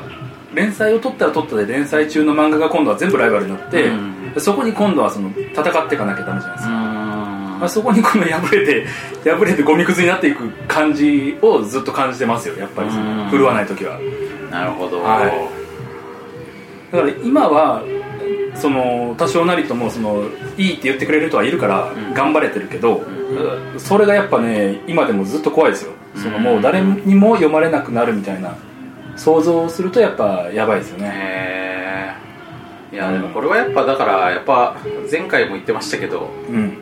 連載を取ったら取ったで連載中の漫画が今度は全部ライバルになって、
うん
そこに今度はその戦っていかなきゃダメじゃないで
う
すか
ーん
まあ、そこにこの 破れて破れてゴミくずになっていく感じをずっと感じてますよやっぱりその
うん
振るわない時は
なるほど
はいだから今はその多少なりともそのいいって言ってくれる人はいるから
ん
頑張れてるけど、
う
それがやっぱね今でもずっと怖いですよその
うん
もう誰にも読まれなくなるみたいな想像するとやっぱやばいですよね
へえいやでもこれはやっぱだからやっぱ前回も言ってましたけど
うん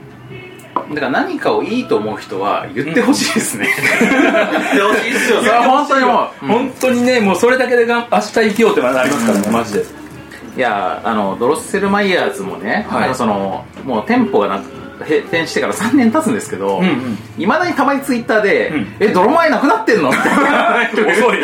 だから何かをいいと思う人は言ってほしいですね、
ってほしいっすよ
いや本当にもう
本当にねもうそれだけでがん明日生きようってなりますからねマジで
いやあのドロッセルマイヤーズもね、
はい
あのそのもう店舗がなく閉店してから3年経つんですけど
うんうん
いま、未だにたまにツイッターで「
うん
え泥前なくなってんの?」みたいな
遅い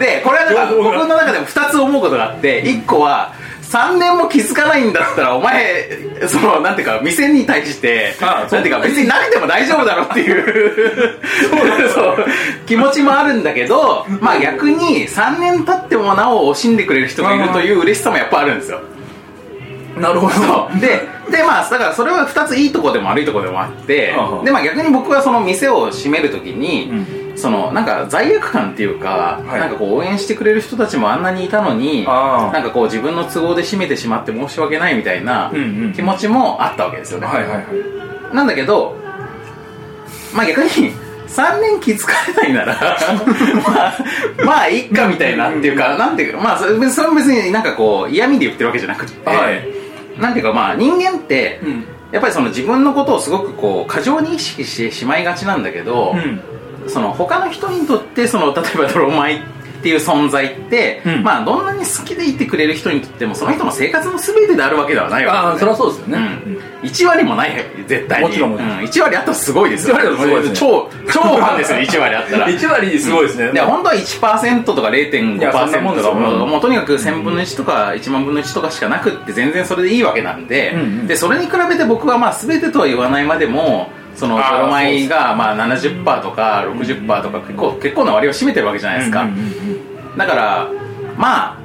でこれはなんか
情報
僕
が
の中でも2つ思うことがあって1個は3年も気づかないんだったらお前そのなんていうか店に対して
ああそ
な
う
んていうか別に慣れても大丈夫だろっていうそう気持ちもあるんだけどまあ逆に3年経ってもなお惜しんでくれる人がいるという嬉しさもやっぱあるんですよ
なるほど
ででまあだからそれは2ついいとこでも悪いとこでもあって
ああ
でまあ逆に僕はその店を閉めるときに、
う
そのなんか罪悪感っていうか、
はい
なんかこう応援してくれる人たちもあんなにいたのに
ああ
なんかこう自分の都合で閉めてしまって申し訳ないみたいな
うんうん
気持ちもあったわけですよね、
はいはいはい
なんだけどまあ逆に3年気づかれないならまあまあいっかみたいなっていうかなんていうかまあそれそれも別になんかこう嫌味で言ってるわけじゃなくて、
はい
なんていうかまあ人間って、
うん
やっぱりその自分のことをすごくこう過剰に意識してしまいがちなんだけど、
うん
その他の人にとってその例えば泥米っていう存在って、
うん
まあどんなに好きでいてくれる人にとってもその人の生活の全てであるわけではないわけ
ああ
で
そ
す
り
ね
ゃそうですよね、
うん、1割もない絶対に
もちろんもちろん
う1割あったらすごいですよ
1割だとすごいですね
超超ファンですよ1割 あったら
1割すごいですね、
で本当は1%とか0.5%
いやそんなもんで
と
す
か
よ
もうもうとにかく1000分の1とか1万分の1とかしかなくって全然それでいいわけなんで,、
うんうん
でそれに比べて僕はまあ全てとは言わないまでもその
あー
ドロマイがまあ70%とか60%とか結構結構な割を占めてるわけじゃないですか、
うんうんうん
だからまあ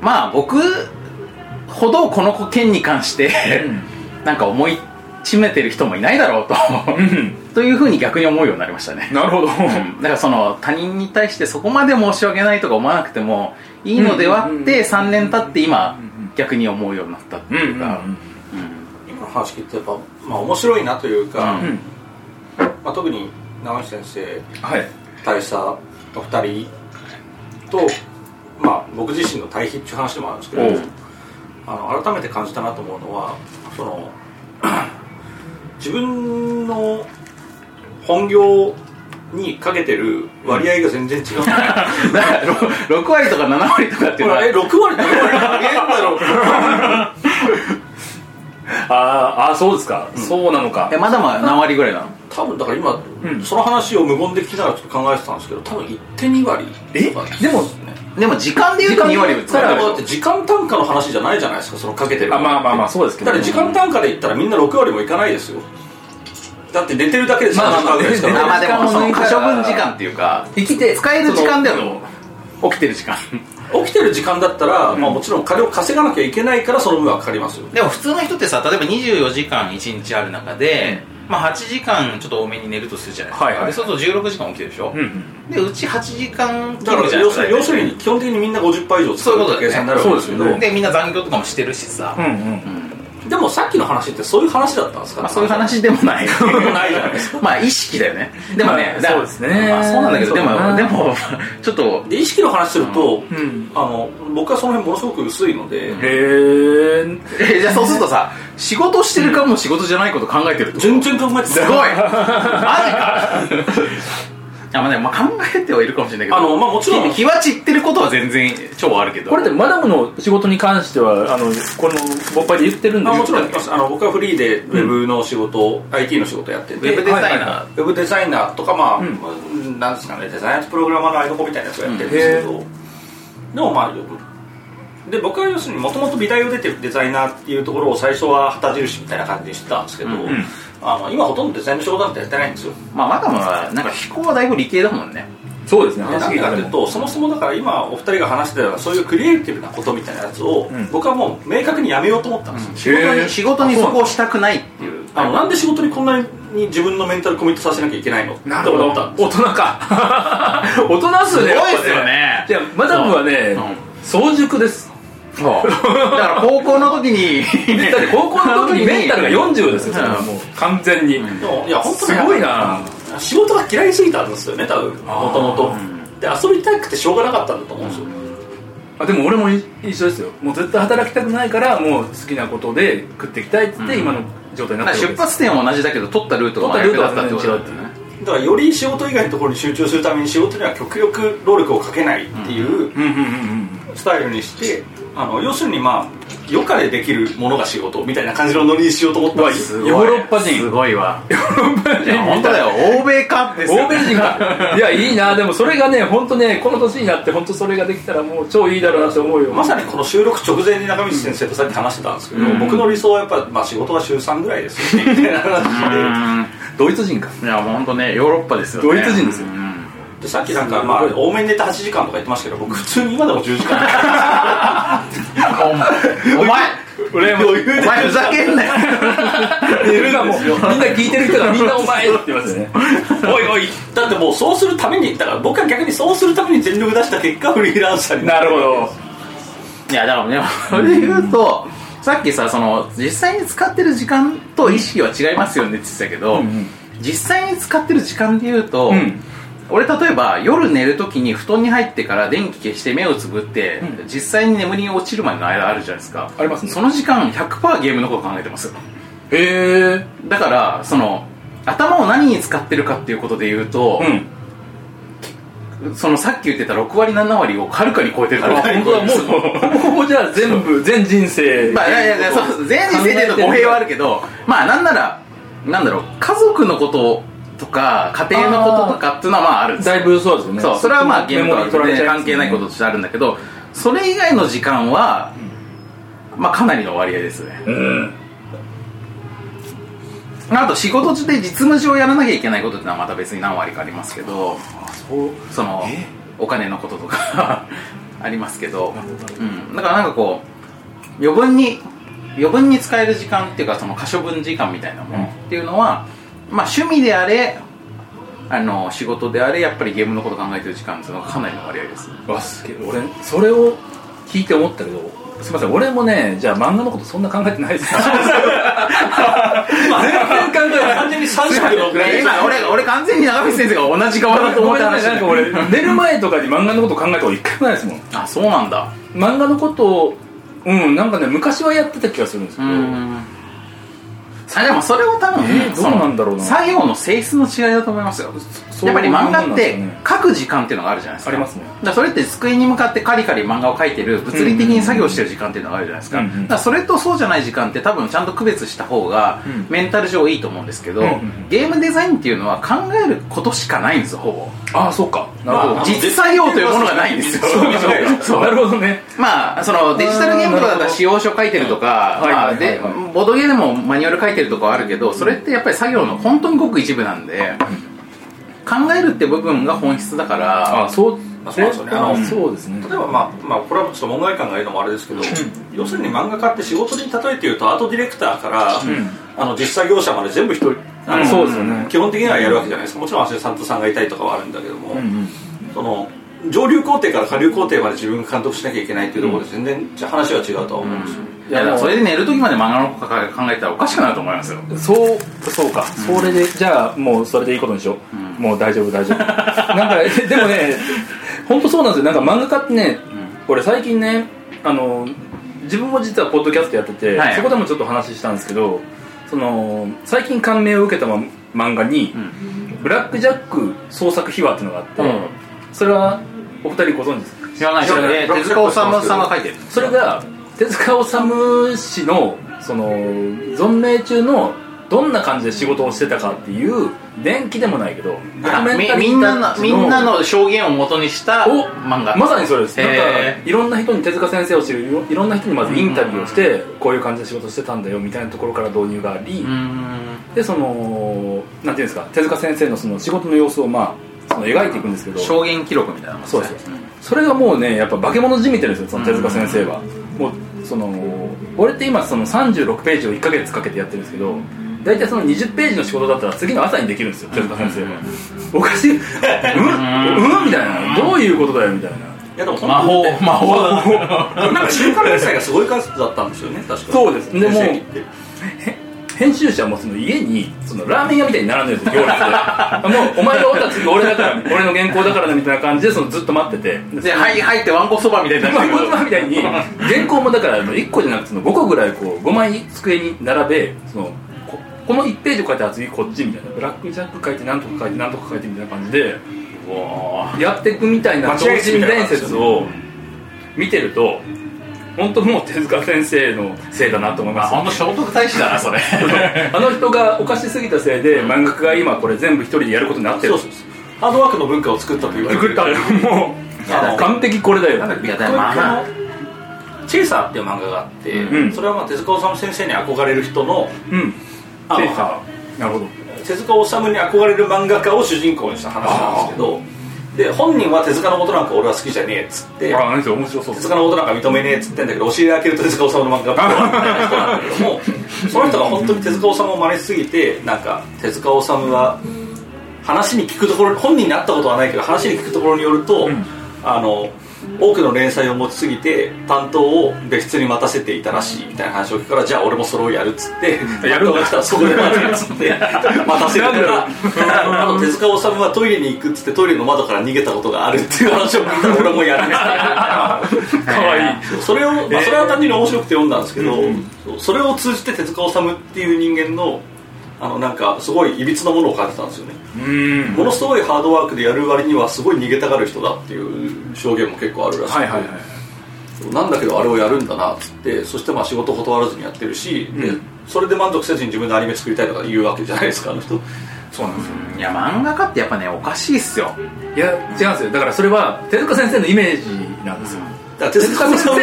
まあ僕ほどこの件に関して、なんか思い詰めてる人もいないだろうと、というふうに逆に思うようになりましたね
なるほど、
うんだからその他人に対してそこまで申し訳ないとか思わなくてもいいのでは
うん
っ
うんうんう
て3年経って今逆に思うようになったっていうか
今の話聞いてやっぱ、まあ、面白いなというか、
うん
まあ、特に長渕先生
はい
大佐の2人と、まあ、僕自身の対比っていう話でもあるんですけど
おう
あの改めて感じたなと思うのはその 自分の本業にかけてる割合が全然違う
だからろ6割とか7割とかっていうの
こ
は
れえ6割とか割
あああそうですか、そうなのか
えまだまだ何割ぐらいなの
多分だから今、
うん
その話を無言で聞きながらちょっと考えてたんですけど多分1.2割
えでも
でも時間で言うと2割打つ
だからだっ
か
て時間単価の話じゃないじゃないですかそのかけてる
あまあまあまあそうですけど
だって時間単価で言ったらみんな6割もいかないですよだって寝てるだけで3時
まあまあ
間ぐらいですから
ね
あまあでもその
時間を抜いた
可
ら
処分時間っていうか
生きて
使える時間だよ
そ
ね
の
起きてる時間
起きてる時間だったら、まあ、もちろん金を稼がなきゃいけないからその分はかかりますよ
でも普通の人ってさ例えば24時間1日ある中で、まあ、8時間ちょっと多めに寝るとするじゃないですか、
はいはい
でそうすると16時間起きてるでしょ、
うんうん
でうち8時間
だか
勤
ら
務じゃない
要
です
す
か
るに要するに基本的にみんな50以上使
そういうことだよね
計算になるわけですけど
そうですよね
でみんな残業とかもしてるしさ、
うんうん
でもさっきの話ってそういう話だったんですか、
まあ、そういう話でもない
ないじゃないです
まあ意識だよねでもね、
ま
だ
あ
から
そうですね
まあ、そうなんだけど
そ
で
うだ
も
な
でもちょっと
で意識の話すると、
ん
あの僕はその辺ものすごく薄いので、
へえ
えじゃあそうするとさ仕事してるかも仕事じゃないこと考えてるってこと
全然考えてす
す ごいマジかあまあね、まあ、考えてはいるかもしれないけど
あのまあもちろん
日日は散ってることは全然超あるけど
これでマダムの仕事に関してはあのこの勃発で言ってるんで
あもちろん
言
や
った
って
っ
ますあの僕はフリーでウェブの仕事を、IT の仕事をやってて
ウェブデザイナー、
はいはいは
ウェブデザイナーとかまあ、
ん
なんですかねデザイナーとプログラマーの間コみたいなやつをやってるんですけど、でもまあで僕は要するにもともと美大を出てるデザイナーっていうところを最初は旗印みたいな感じにしてたんですけど、
ん
あの今ほとんどデザインの仕事なんてやってないんですよ
まあマダムはなんか飛行はだいぶ理系だもんね
けそうですね
で何
話
でか
が
というとそもそもだから今お二人が話してたようなそういうクリエイティブなことみたいなやつを、
ん
僕はもう明確にやめようと思ったんですよ、
仕事
へー
に仕事にそこをしたくないっていう
あのなんで仕事にこんなに自分のメンタルコミットさせなきゃいけないのって
なるほ
思
ど
ったんです
大人か 大人っすね
すごいですよね
じゃマダムはね早熟です
そうだから高校の時 に
だって高校の時にメンタルが40ですよそれはもう完全に
でもいや本当に
すごいな
仕事が嫌いすぎたんですよね多分もともとで遊びたくてしょうがなかったんだと思うんですよ、
あでも俺もい一緒ですよもう絶対働きたくないからもう好きなことで食っていきたいっつって今の状態になってる
出
わけです
発点は同じだけど取ったルートが真逆だったってことだよ
取ったルートが全然違うっ
ね
だからより仕事以外のところに集中するために仕事には極力労力をかけないっていう
うんうんうん
スタイルにしてあの要するにまあよかれできるものが仕事みたいな感じのノリにしようと思ったんです
うわヨーロッパ人
すごいわヨーロッパ
人
本当だよ欧米かですよ
欧米 人がいやいいなでもそれがね本当ねこの年になって本当それができたらもう超いいだろうなと思うよ
まさにこの収録直前に中道先生とさっき話してたんですけど、
ん
僕の理想はやっぱ、まあ、仕事は週3ぐらいですよねみたいな話で
ドイツ人か
うんいやもう本当ねヨーロッパですよね
ドイツ人ですよ
うん
でさっきなんかまあ多めに寝て8時間とか言ってましたけど僕普通に今でも10時間
お前お前ふざけんなよ
今もう みんな聞いてる人がみんなお前って言いますよねおいおい
だってもうそうするためにだから僕は逆にそうするために全力出した結果フリーランサーに
なるほど
いやだからねそれで言うとさっきさその実際に使ってる時間と意識は違いますよねって言ってたけど、
うんうん
実際に使ってる時間で言うと、
うん
俺例えば夜寝るときに布団に入ってから電気消して目をつぶって、
う
実際に眠りに落ちるまでの間あるじゃないですか
ありますね
その時間100%ゲームのこと考えてます
へえ
だからその頭を何に使ってるかっていうことで言うと、
うん
そのさっき言ってた6割7割をはるかに超えてるから
あ本当だもうほぼほぼじゃあ全部全人生
まあいやいやいやそう全員生での語弊はあるけどまあなんならなんだろう家族のこととか家庭のこととかっていうのはまああるんですよ
だいぶそうですよね
そうそれはまあゲームとは
メモ
全然
リ取られちゃいます
関係ないこととしてあるんだけどそれ以外の時間は、まあかなりの割合ですね
うん
あと仕事中で実務上やらなきゃいけないことってのはまた別に何割かありますけど
あそう
その
え
お金のこととか ありますけどうん、だからなんかこう余分に余分に使える時間っていうかその可処分時間みたいなものっていうのは、まあ趣味であれあの仕事であれやっぱりゲームのこと考えてる時間っていうのがかなりの割合です
わすげえ俺それを聞いて思ったけどすみません俺もねじゃあ漫画のことそんな考えてないです全然考えてない
完全に3色の
今俺俺完全に長渕先生が同じ側だと思
ご
っ
めん
て
な
話し
さい
て
なん
る
か俺寝る前とかに漫画のこと考えたこと一回もないですもん
あそうなんだ
漫画のことをうんなんかね昔はやってた気がするんですけど
あでもそれは多分、
えーどうなんだろうな
その作業の性質の違いだと思いますよ
そ
やっぱり漫画っ
そ
て
うなんですよね
書く時間っていうのがあるじゃないですか
ありますね
だからそれって机に向かってカリカリ漫画を描いてる物理的に作業してる時間っていうのがあるじゃないですか,、
うんうんうん
だからそれとそうじゃない時間って多分ちゃんと区別した方が
うん
メンタル上いいと思うんですけど、
うんうんうん
ゲームデザインっていうのは考えることしかないんですよほぼ
ああそうかなるほど、
まあ
実作業というものがないんですよ
そうか そうかなるほどね
まあそのデジタルゲームとかだったら仕様書書いてるとか、
うん
ま
は
あ、
いはいはい
で
はい
ボードゲームもマニュアル書いてるとかはあるけどそれってやっぱり作業の本当にごく一部なんで考えるって部分が本質だから
あそう
まあそうなんですよねあの
うんそうですね
例えば、まあ、まあこれはちょっと門外漢が言うのもあれですけど、要するに漫画家って仕事に例えて言うとアートディレクターから、あの実作業者まで全部一人あの
うんそうですよね
基本的にはやるわけじゃないですかもちろんアシスタントさんがいたりとかはあるんだけども、
うんうん
その上流工程から下流工程まで自分が監督しなきゃいけないっていうところで全然、じゃあ話は違うとは思うんですよ、
いやだからそれで寝る時まで漫画のこと考えたらおかしくなると思いますよ
そうそうか、それでじゃあもうそれでいいことにしよう、もう大丈夫大丈夫なんかえでもね本当そうなんですよなんか漫画家ってね、俺最近ねあの自分も実はポッドキャストやってて、
はい
そこでもちょっと話したんですけどその最近感銘を受けたま漫画に、ブラック・ジャック創作秘話」っていうのがあって、
うん
それはお二人ご存知ですか
知らない
知らない
えー手塚治虫さんが書いてる
それが手塚治虫氏のその存命中のどんな感じで仕事をしてたかっていう電気でもないけど
あみみんなのみんなの証言を元にした
お
漫画
まさにそれです
へ
なんか
ー
いろんな人に手塚先生を知るいろいろんな人にまずインタビューをして、こういう感じで仕事してたんだよみたいなところから導入があり、
うーん
でそのなんていうんですか手塚先生のその仕事の様子をまあその描いていくんですけど
証言記録みたいなもん
そうですそれがもうねやっぱ化け物じみてるんですよその手塚先生は、もうその俺って今その36ページを1ヶ月かけてやってるんですけど大体その20ページの仕事だったら次の朝にできるんですよ手塚先生は、おかし いうんうん、みたいなどういうことだよみたいない
やでも本
魔
当
法魔法だな
になんか中華連載がすごい数だったんですよね確か
そうですで
で
も
もって
編集者もその家にそのラーメン屋みたいに並んでるんですよ行列でもうお前が終わったら次俺だから俺の原稿だからねみたいな感じでそのずっと待ってて
ではい入ってわんこそばみたいになって
まあ、
るけ
こ
ど
の前みたいに原稿もだから1個じゃなくてその5個ぐらいこう5枚机に並べそのここの1ページを書いてあ次こっちみたいなブラックジャック書いて何とか書いて何とか書いてみたいな感じで
うわ
やっていくみたいな超
間違えて
人
みたい
伝
な
説を見てると本当もう手塚先生のせいだなと思い
ーあ
ます
ほんと聖徳太子だなそれ
あの人がおかしすぎたせいで漫画家が今これ全部一人でやることになってる
そうそうそうハードワークの文化を作ったと言われて
作
る
ったもう完璧これだよ
なんだっけ
いや
ビッ
でもまあまあ
トリックのチェイサーっていう漫画があって、
うん
それはまあ手塚治虫先生に憧れる人の
うん
あ
セーファーなるほど
手塚治虫に憧れる漫画家を主人公にした話なんですけどで本人は手塚のことなんか俺は好きじゃねえっつって
ああ何それ面白そう
手塚のことなんか認めねえっつってんだけどお尻開けると手塚治虫の漫画がみたいな人なんだけどもその人が本当に手塚治虫を真似しすぎてなんか手塚治虫は話に聞くところ本人に会ったことはないけど話に聞くところによると、
ん
あの多くの連載を持ちすぎて担当を別室に待たせていたらしいみたいな話を聞くからじゃあ俺もそれをやるっつって
やるんだ
担当が来たらそこで待てっつって 待たせるからあの手塚治虫はトイレに行くっつってトイレの窓から逃げたことがあるっていう話を聞いたら俺もやるっつって
かわいい
それを、まあ、それは単純に面白くて読んだんですけど、そうそれを通じて手塚治虫っていう人間のあのなんかすごいいびつなものを感じたんですよね、
うん
ものすごいハードワークでやる割にはすごい逃げたがる人だっていう証言も結構あるらしくて
はいはいはい
なんだけどあれをやるんだなっつってそしてまあ仕事断らずにやってるし、で
うん
それで満足せずに自分のアニメ作りたいとか言うわけじゃないですかあの人
そうなんですよ
いや漫画家ってやっぱねおかしいっすよ
いや違うんですよだからそれは手塚先生のイメージなんですよ、
だから手塚さんは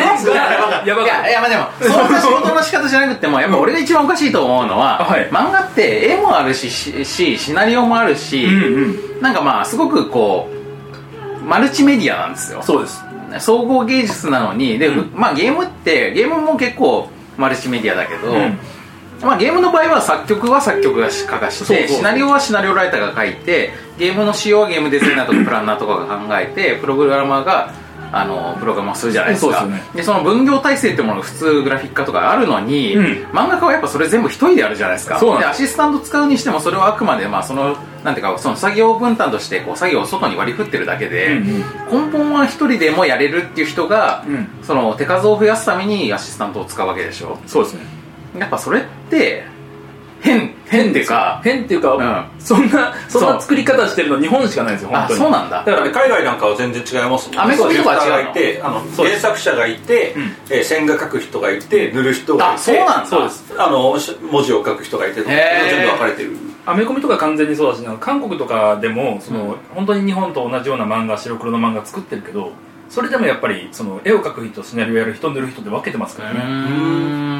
ややば
い
か
やいやまあでもそんな仕事の仕方じゃなくてもやっぱ俺が一番おかしいと思うのは、
はい
漫画って絵もあるしししシナリオもあるし、
うん
なんかまあすごくこうマルチメディアなんですよ
そうです
総合芸術なのにで、
うん
まあゲームってゲームも結構マルチメディアだけど、
うん
まあ、ゲームの場合は作曲は作曲家がして
そうそう
シナリオはシナリオライターが書いてゲームの仕様はゲームデザイナーとかプランナーとかが考えてプログラマーがあのプログラマーするじゃないですか
そうですよね
でその分業体制ってものが普通グラフィッカーとかあるのに、
うん
漫画家はやっぱそれ全部一人でやるじゃないですか
そうなんです
でアシスタント使うにしてもそれはあくまでまあそのなんていうかその作業分担としてこう作業を外に割り振ってるだけで、
うん
根本は一人でもやれるっていう人が、
うん
その手数を増やすためにアシスタントを使うわけでしょ
そうですね
やっぱそれって変変っていうか
変っていうか、
う
そんなそん
そう
な作り方してるの日本しかないんですよ本
あ
当に
そうなんだ
だから
だから海外なんかは全然違いますもんね
アメコミとかは違うの
ディレクターがいてあの
そうで
原
す
作者がいて、
ん
えー線画描く人がいて塗る人がいて
あそうなんだ
そうです
あのし文字を書く人がいてとか
へー
全部分かれてる
アメコミとか完全にそうだしな韓国とかでもその、本当に日本と同じような漫画白黒の漫画作ってるけどそれでもやっぱりその絵を描く人シナリオやる人塗る人って分けてますから
うーん
ね、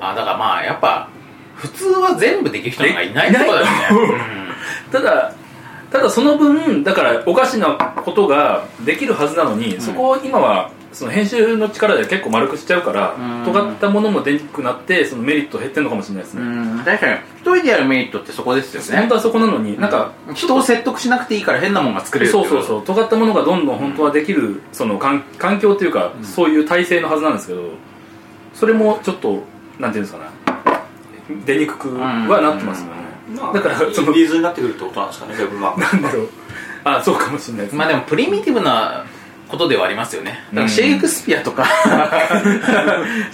あだからまあやっぱ普通は全部できる人なんかいないってことだよね
ただただその分だからおかしなことができるはずなのに、そこを今はその編集の力で結構丸くしちゃうから、
うん
尖ったものも出にくくなってそのメリット減ってるのかもしれないです
う
ね、
んうん確かに一人でやるメリットってそこですよ
本
ね
当はそこなのに、なんか
人を説得しなくていいから変なもんが作れるって
そ
こ
う
と
そうそう尖ったものがどんどん本当はできる、その環環境というか、そういう体制のはずなんですけどそれもちょっとなんていうんですかね出にくくはなってますよね、だからその
リーズになってくるってことなんですかねウェブマーケ
なんだろうあそうかもしれないです、
まあでもプリミティブなことではありますよねだからシェイクスピア とか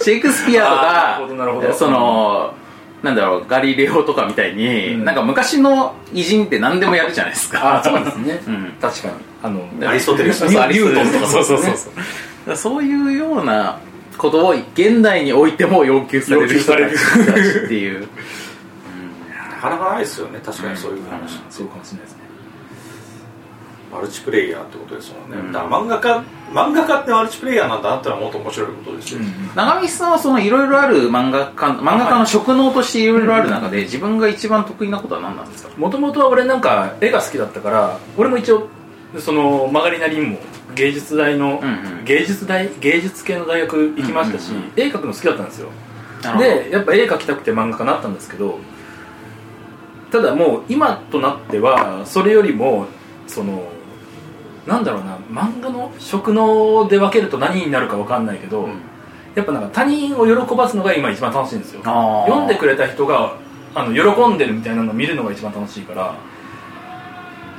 シェイクスピア
あーなるほどなる
と
ほ
か
ど
そのなんだろうガリレオとかみたいに、
うん
なんか昔の偉人って何でもやるじゃないですか
あそうですね、
うん
確かにあの
アリストテレス
そうそうアリストテレス
ニュートンとか
そうそうそう
そう
そうそういうようなことを現代においても要求される人たち
要求される
っていう
ットなかなかないですよね確かにそういう話、
そうかもしれないですね
マルチプレイヤーってことですもんね、
うん
だから漫画家漫画家ってマルチプレイヤーなんだなったらもっと面白いことですよ、
長道さんはそのいろいろある漫画家漫画家の職能としていろいろある中で自分が一番得意なことは何なんですか
もともとは俺なんか絵が好きだったから俺も一応その曲がりなりにも芸術大の、
うんうん
芸術大芸術系の大学行きましたし、
うんうんうん
絵描くの好きだったんですよ
なるほど
でやっぱ絵描きたくて漫画家になったんですけどただもう今となってはそれよりもそのなんだろうな漫画の職能で分けると何になるか分かんないけど、
ん
やっぱなんか他人を喜ばすのが今一番楽しいんですよ
あー
読んでくれた人があの喜んでるみたいなのを見るのが一番楽しいから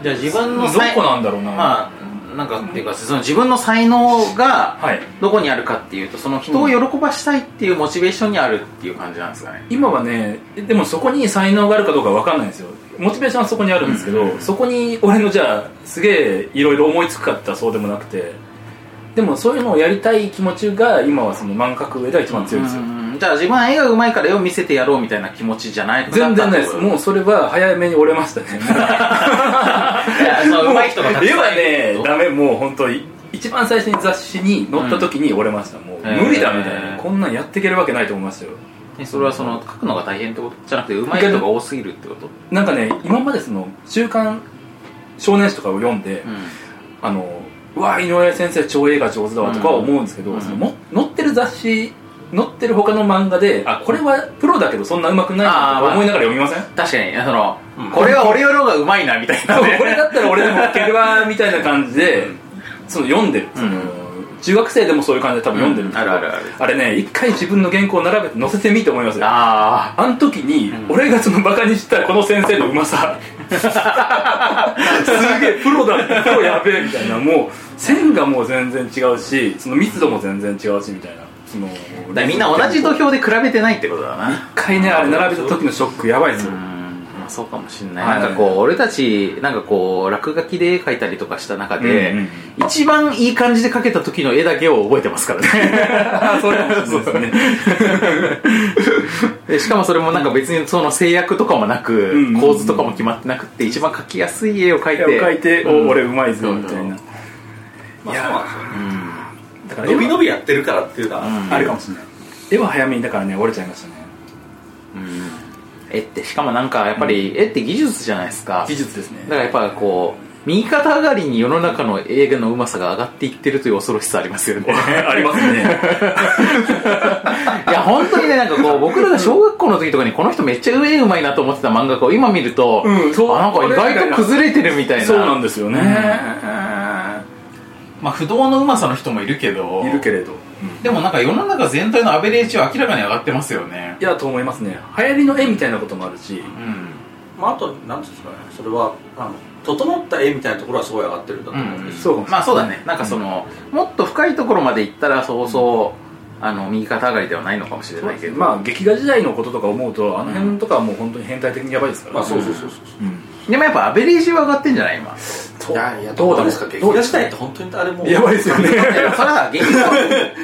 じゃあ自
ど
分の才
こなんだろうな、
まあなんかっていうかその自分の才能が
はい
どこにあるかっていうとその人を喜ばしたいっていうモチベーションにあるっていう感じなんですかね
今はねでもそこに才能があるかどうか分かんないんですよモチベーションはそこにあるんですけど、そこに俺のじゃあすげえいろいろ思いつくかって言ったらそうでもなくてでもそういうのをやりたい気持ちが今はその漫画描く上では一番強いですよ、
うんじゃあ自分は絵がうまいから絵を見せてやろうみたいな気持ちじゃない
全然ないです
う
もうそれは早めに折れましたね
やその上手い人がたくさんい る
絵はね
と
ダメもう本当に一番最初に雑誌に載った時に折れました、もう無理だみたい
へー
なこんなんやっていけるわけないと思いましたよ
えそれはその描くのが大変ってことじゃなくてうまい人が多すぎるってこと
なんかね今までその「週刊少年誌」とかを読んで、あのうわ井上先生超映画上手だわとかは思うんですけど、
うん
そのも載ってる雑誌載ってる他の漫画であこれはプロだけどそんな上手くないなとか思いながら読みません
確かにその、
ん
これは俺よりの方がうまいなみたいな、ね、
これだったら俺でもいけるわみたいな感じでその読んでる、その中学生でもそういう感じで多分読んでるんですけ
う
ど、
んあるあるある
あれね一回自分の原稿を並べて載せてみて思いますよ
あ
あの時に、俺がそのバカにしたこの先生のうま さすげえプロだプロやべえみたいなもう線がもう全然違うしその密度も全然違うしみたいなその
あだからみんな同じ土俵で比べてないってことだな
一回ねあれ並べた時のショックやばいですよ
うんあそうかもしん
は
ない
い
なんかこう俺たちなんかこう落書きで描いたりとかした中で、
うんうん
一番いい感じで描けた時の絵だけを覚えてますから ね
あそうかもしれないですね
でしかもそれもなんか別にその制約とかもなく、
うんうんうん
構図とかも決まってなくって一番描きやすい絵を描いて
書いて、
うん
お俺うまいぞみたいな
まあ
いや
そうなんですよね
だから絵
伸び
は
伸びやってるからっていうのは、
うん
あるかもしれない
絵は早めにだからね折れちゃいましたね
うん絵ってしかもなんかやっぱり絵って技術じゃないですか
技術ですね
だからやっぱこう右肩上がりに世の中の映画のうまさが上がっていってるという恐ろしさあります よね
ありますね
いや本当にねなんかこう僕らが小学校の時とかにこの人めっちゃ絵うまいなと思ってた漫画家を今見ると、
うんそう
あなんか意外と崩れてるみたいな
そうなんですよね、
まあ不動のうまさの人もいるけど
いるけれど
でもなんか世の中全体のアベレージは明らかに上がってますよね
いやと思いますね流行りの絵みたいなこともあるし
うん
まあ、あとなんていうんですかねそれはあの整った絵みたいなところはすごい上がってるんだと思うんです、
そうかもしれない
まあそうだねなんかその、もっと深いところまで行ったらそうそうあの右肩上がりではないのかもしれないけど
まあ劇画時代のこととか思うとあの辺とかはもう本当に変態的にやばいですから、
まあそうそうそうそう、
うん
でもやっぱアベレージは上がってんじゃ ない今
いやいやどうですか劇画時代って本当にあれもう
やばいですよね
いやそれは劇画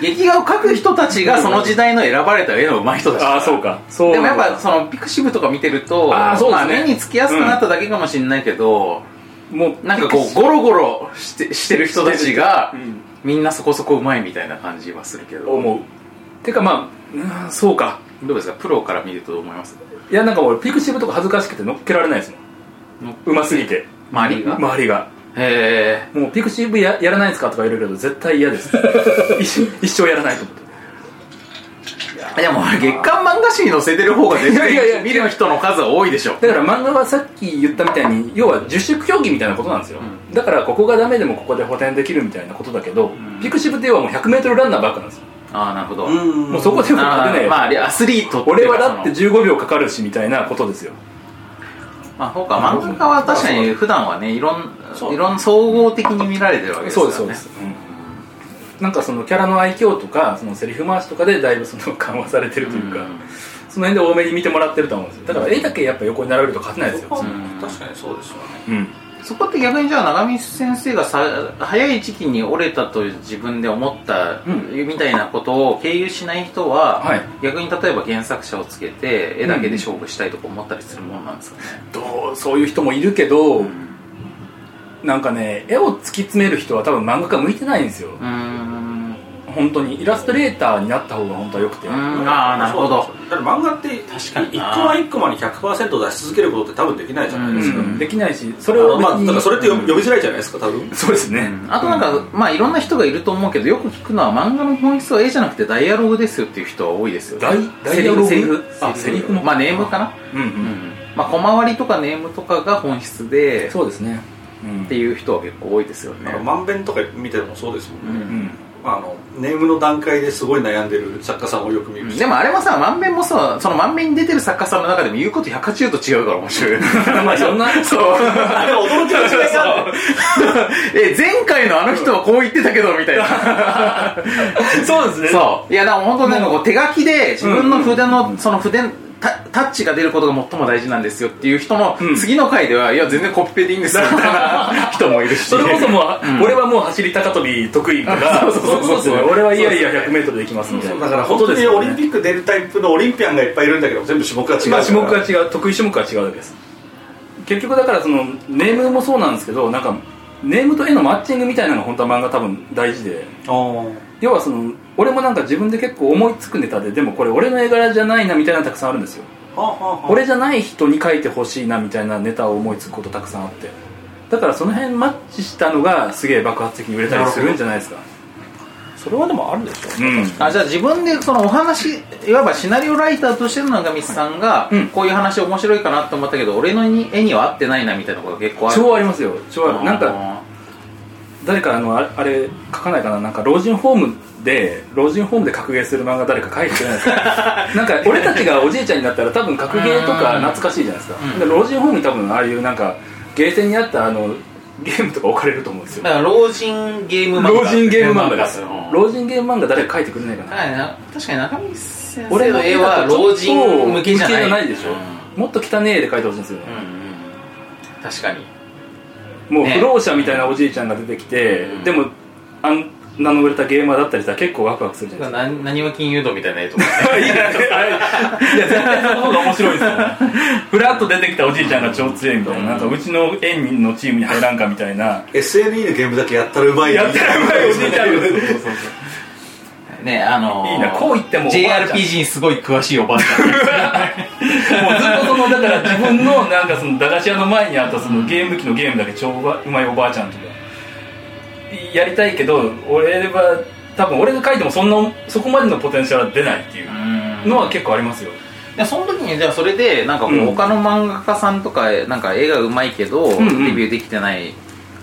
劇画を描く人たちがその時代の選ばれた絵の上手い人たち
ああそうかそう
でもやっぱそのピクシブとか見てると
あーそうですね
まあ目につきやすくなっただけかもしれないけど、
もう
なんかこうゴロゴロしてしてる人たちが、
うん
みんなそこそこ上手いみたいな感じはするけど
思うてかまあ、うん、そうか
どうですかプロから見るとどう思います
いやなんか俺ピクシブとか恥ずかしくて乗っけられないですも
の
んうますぎて
周りが
周りが
へえ
もうピクシブややらないですかとか言われるけど絶対嫌です一一生やらないと思って
でも俺月刊漫画誌に載せてる方が全
いやいやい
然
や
見る人の数は多いでしょ
だから漫画はさっき言ったみたいに要は自粛競技みたいなことなんですよ、だからここがダメでもここで補填できるみたいなことだけど、ピクシブって要はもう 100m ランナーばっかなんですよ、
ああなるほど
うん
もうそこでも
あ
勝てない
ー
よ、
まあアスリートっていう
俺
か
はだって
その
15秒かかるしみたいなことですよ
まあそうか漫画家は確かに普段はねいろん
そう
いろん総合的に見られてるわけです
そ
か
う
ら
で
ね
すそうです、うんなんかそのキャラの愛嬌とかそのセリフ回しとかでだいぶその緩和されてるというか、
うん
その辺で多めに見てもらってると思うんですよだから絵だけやっぱ横に並べると勝てないです
そこ
よ、
は確かにそうですよね
うん、
そこって逆にじゃあ長見先生がさ早い時期に折れたと自分で思った、
うん
みたいなことを経由しない人は、
はい
逆に例えば原作者をつけて絵だけで勝負したいとか思ったりするもんなんですかね、
どうそういう人もいるけど、なんかね絵を突き詰める人は多分漫画家向いてないんですよ、
うーん
本当にイラストレーターになった方が本当は良くて、
うんああなるほど
そうだから漫画って
確かに
一
な
コマ一コマに100%出し続けることって多分できないじゃないですか、
う
できないしそ
あ
れを
のまあ、
別に
だからそれって呼び呼びづらいじゃないですか多分
そうですね、
あとなんか、まあいろんな人がいると思うけどよく聞くのは漫画の本質は絵じゃなくてダイアログですよっていう人は多いですよ
ダイダイアログ
セリフ
あセリフの
まあネームかな、
うんう
うんんまあ小回りとかネームとかが本質で
そうですねうん
っていう人は結構多いですよね
あのまんべんとか見てもそうですもんね、
うん
まあ、あのネームの段階ですごい悩んでる作家さんをよく見るし、
でもあれもさ、まんべんもさ、そのまんべんに出てる作家さんの中でも言うこと180度違うから面 白い。
まあいろ んなそう
あれ驚きましたよ
え、前回のあの人はこう言ってたけど、みたいな。
そうですね
そう。いや、でも本当なんかこう手書きで自分の筆の、その筆、タタッチが出ることが最も大事なんですよっていう人の
うん
次の回では、いや全然コピペでいいんですよ みたいな人もいるし
それこそもう、俺はもう走り高跳び得意だから
そうそうそうそう
ですね俺はいやいや 100m でいきますみたいな
だから本当にオリンピ
ッ
ック出るタイプのオリンピアンがいっぱいいるんだけど全部種目が違うから
まあ種目が違う得意種目が違うだけです結局だからそのネームもそうなんですけどなんかネームと絵のマッチングみたいなのが本当は漫画多分大事で
おー
要はその俺もなんか自分で結構思いつくネタででもこれ俺の絵柄じゃないなみたいなのたくさんあるんですよ
はあはあはあ
俺じゃない人に書いてほしいなみたいなネタを思いつくことたくさんあってだからその辺マッチしたのがすげえ爆発的に売れたりするんじゃないですか
それはでもあるでしょ
うん
あじゃあ自分でそのお話いわばシナリオライターとしての長光さんが、
うん
こういう話面白いかなと思ったけど俺のに絵には合ってないなみたいなことが結構ある
超ありますよ超あるなんか誰かあのあれあれ書かないかななんか老人ホームで老人ホームで格ゲーする漫画誰か書いてくれないですか なんか俺たちがおじいちゃんになったら多分格ゲーとか懐かしいじゃないですか、
うん
で老人ホームに多分ああいうなんかゲーセンにあったあのゲームとか置かれると思うんですよ
だから老人ゲーム漫画
老人ゲーム漫画です
うん
老人ゲーム漫画誰か書いてくれないかな
はいな確かに中道先生
俺
の
の
絵
絵
は
は
老人向けじゃない
向けじゃないでしょ
うん
もっと汚ねえで書いてほしいんですよね、
確かに
もう
ね
不老者みたいなおじいちゃんが出てきて、
うん
でもあん名の売れたゲーマーだったりしたら結構ワクワクするじゃないで
な何は金融道みたいな絵とか
すか いいじゃないですかあれいや絶対その方が面白いですよね ふらっと出てきたおじいちゃんが超強いみたいな,、なんかうちの園のチームに入らんかみたいな
SNE のゲームだけやったらうまい
やってらうまいおじいちゃんがそうそうそ う
ねあのー
いいなこう言ってもおばあちゃん
JRPG にすごい詳しいおばあちゃ ん
もうずっとそのだから自分のなんかその駄菓子屋の前にあったそのゲーム機のゲームだけ超うまうまいおばあちゃんとかやりたいけど俺は多分俺が書いてもそんなそこまでのポテンシャルは出ないっていうのは結構ありますよ
でその時にじゃあそれでなんかこう
うん
他の漫画家さんとかなんか絵がうまいけど、
んうん
レビューできてない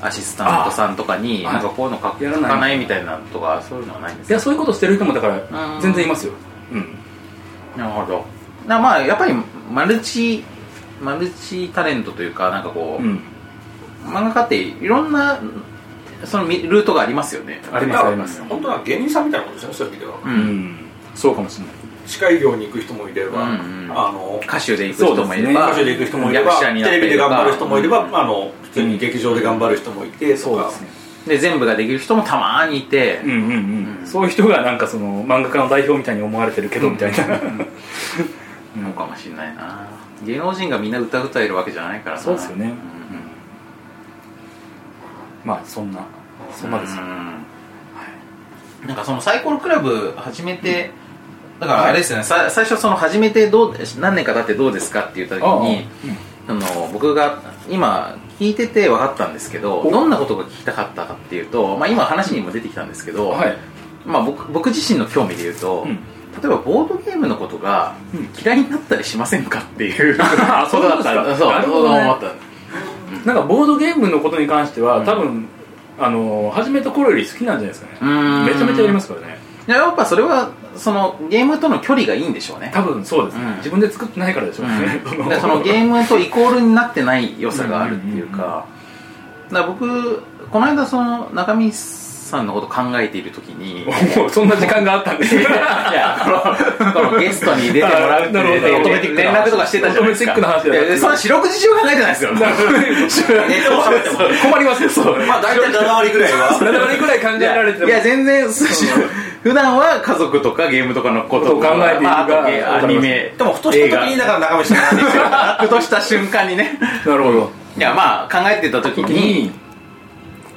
アシスタントさんとかに
あ
なんかこういうの書く
やら
書
ない
かないみたいなのとかそういうのはないんです
い
か
やそういうことしてる人もだから
うん
全然いますようん
なるほどなまあやっぱりマルチマルチタレントというかなんかこう、
うん
漫画家っていろんなそのみルートがありますよね
ありますあります
本当は芸人さんみたいなことですねそういう意味では
う
うんんそうかもしれない
司会業に行く人もいれば、
うんうん
あの
歌手で行く人もいれば、
歌手で行く人もいれば
役者になっ
テ
て
レビで頑張る人もいれば、
うん
あの普通に劇場で頑張る人もいてとか
ね
で全部ができる人もたまにいて、
うんうんうんそういう人がなんかその漫画家の代表みたいに思われてるけどみたいな
のかもしれないな芸能人がみんな歌歌えるわけじゃないからな
そうですよね
ん
まあそんなそんなですよ
うんなんかそのサイコロクラブ始めて、だからあれですよね、さ最初その始めてどう何年か経ってどうですかって言った時にあの僕が今聞いてて分かったんですけど
お
どんなことが聞きたかったかっていうと、まあ、今話にも出てきたんですけど、
はい
まあ、僕僕自身の興味で言うと、
うん
例えばボードゲームのことが嫌いになったりしませんかっていう、
あそうなんです か
そう
なる
そ
ほ
う
どね
思った
なんかボードゲームのことに関しては
ん
多分あの始めた頃より好きなんじゃないですかね
うーん
めちゃめちゃやりますからね
いややっぱそれはそのゲームとの距離がいいんでしょうね
多分そうですね
うん
自分で作ってないからでしょうね
うん でそのゲームとイコールになってない良さがあるっていうかだから僕この間その中身さんのこと考えている時に
もうそんな時間があったんで す
い
よ
やこのこのゲストに出てもらうって
あなるほど
連絡とかしてたじゃないですか
オートメティックな話だ
いやいやその四六時中考えてないですよネタを喋っても
困りますよそう
まあ大体7割ぐらいは
7割ぐらい考えられて
いや全然そう普段は家族とかゲームとかのこと
ことを考えているが
まああとゲアニメ
でもふとした時にだから中身さんなんですよ
ふとした瞬間にね
なるほど
いやまあ考えてた時に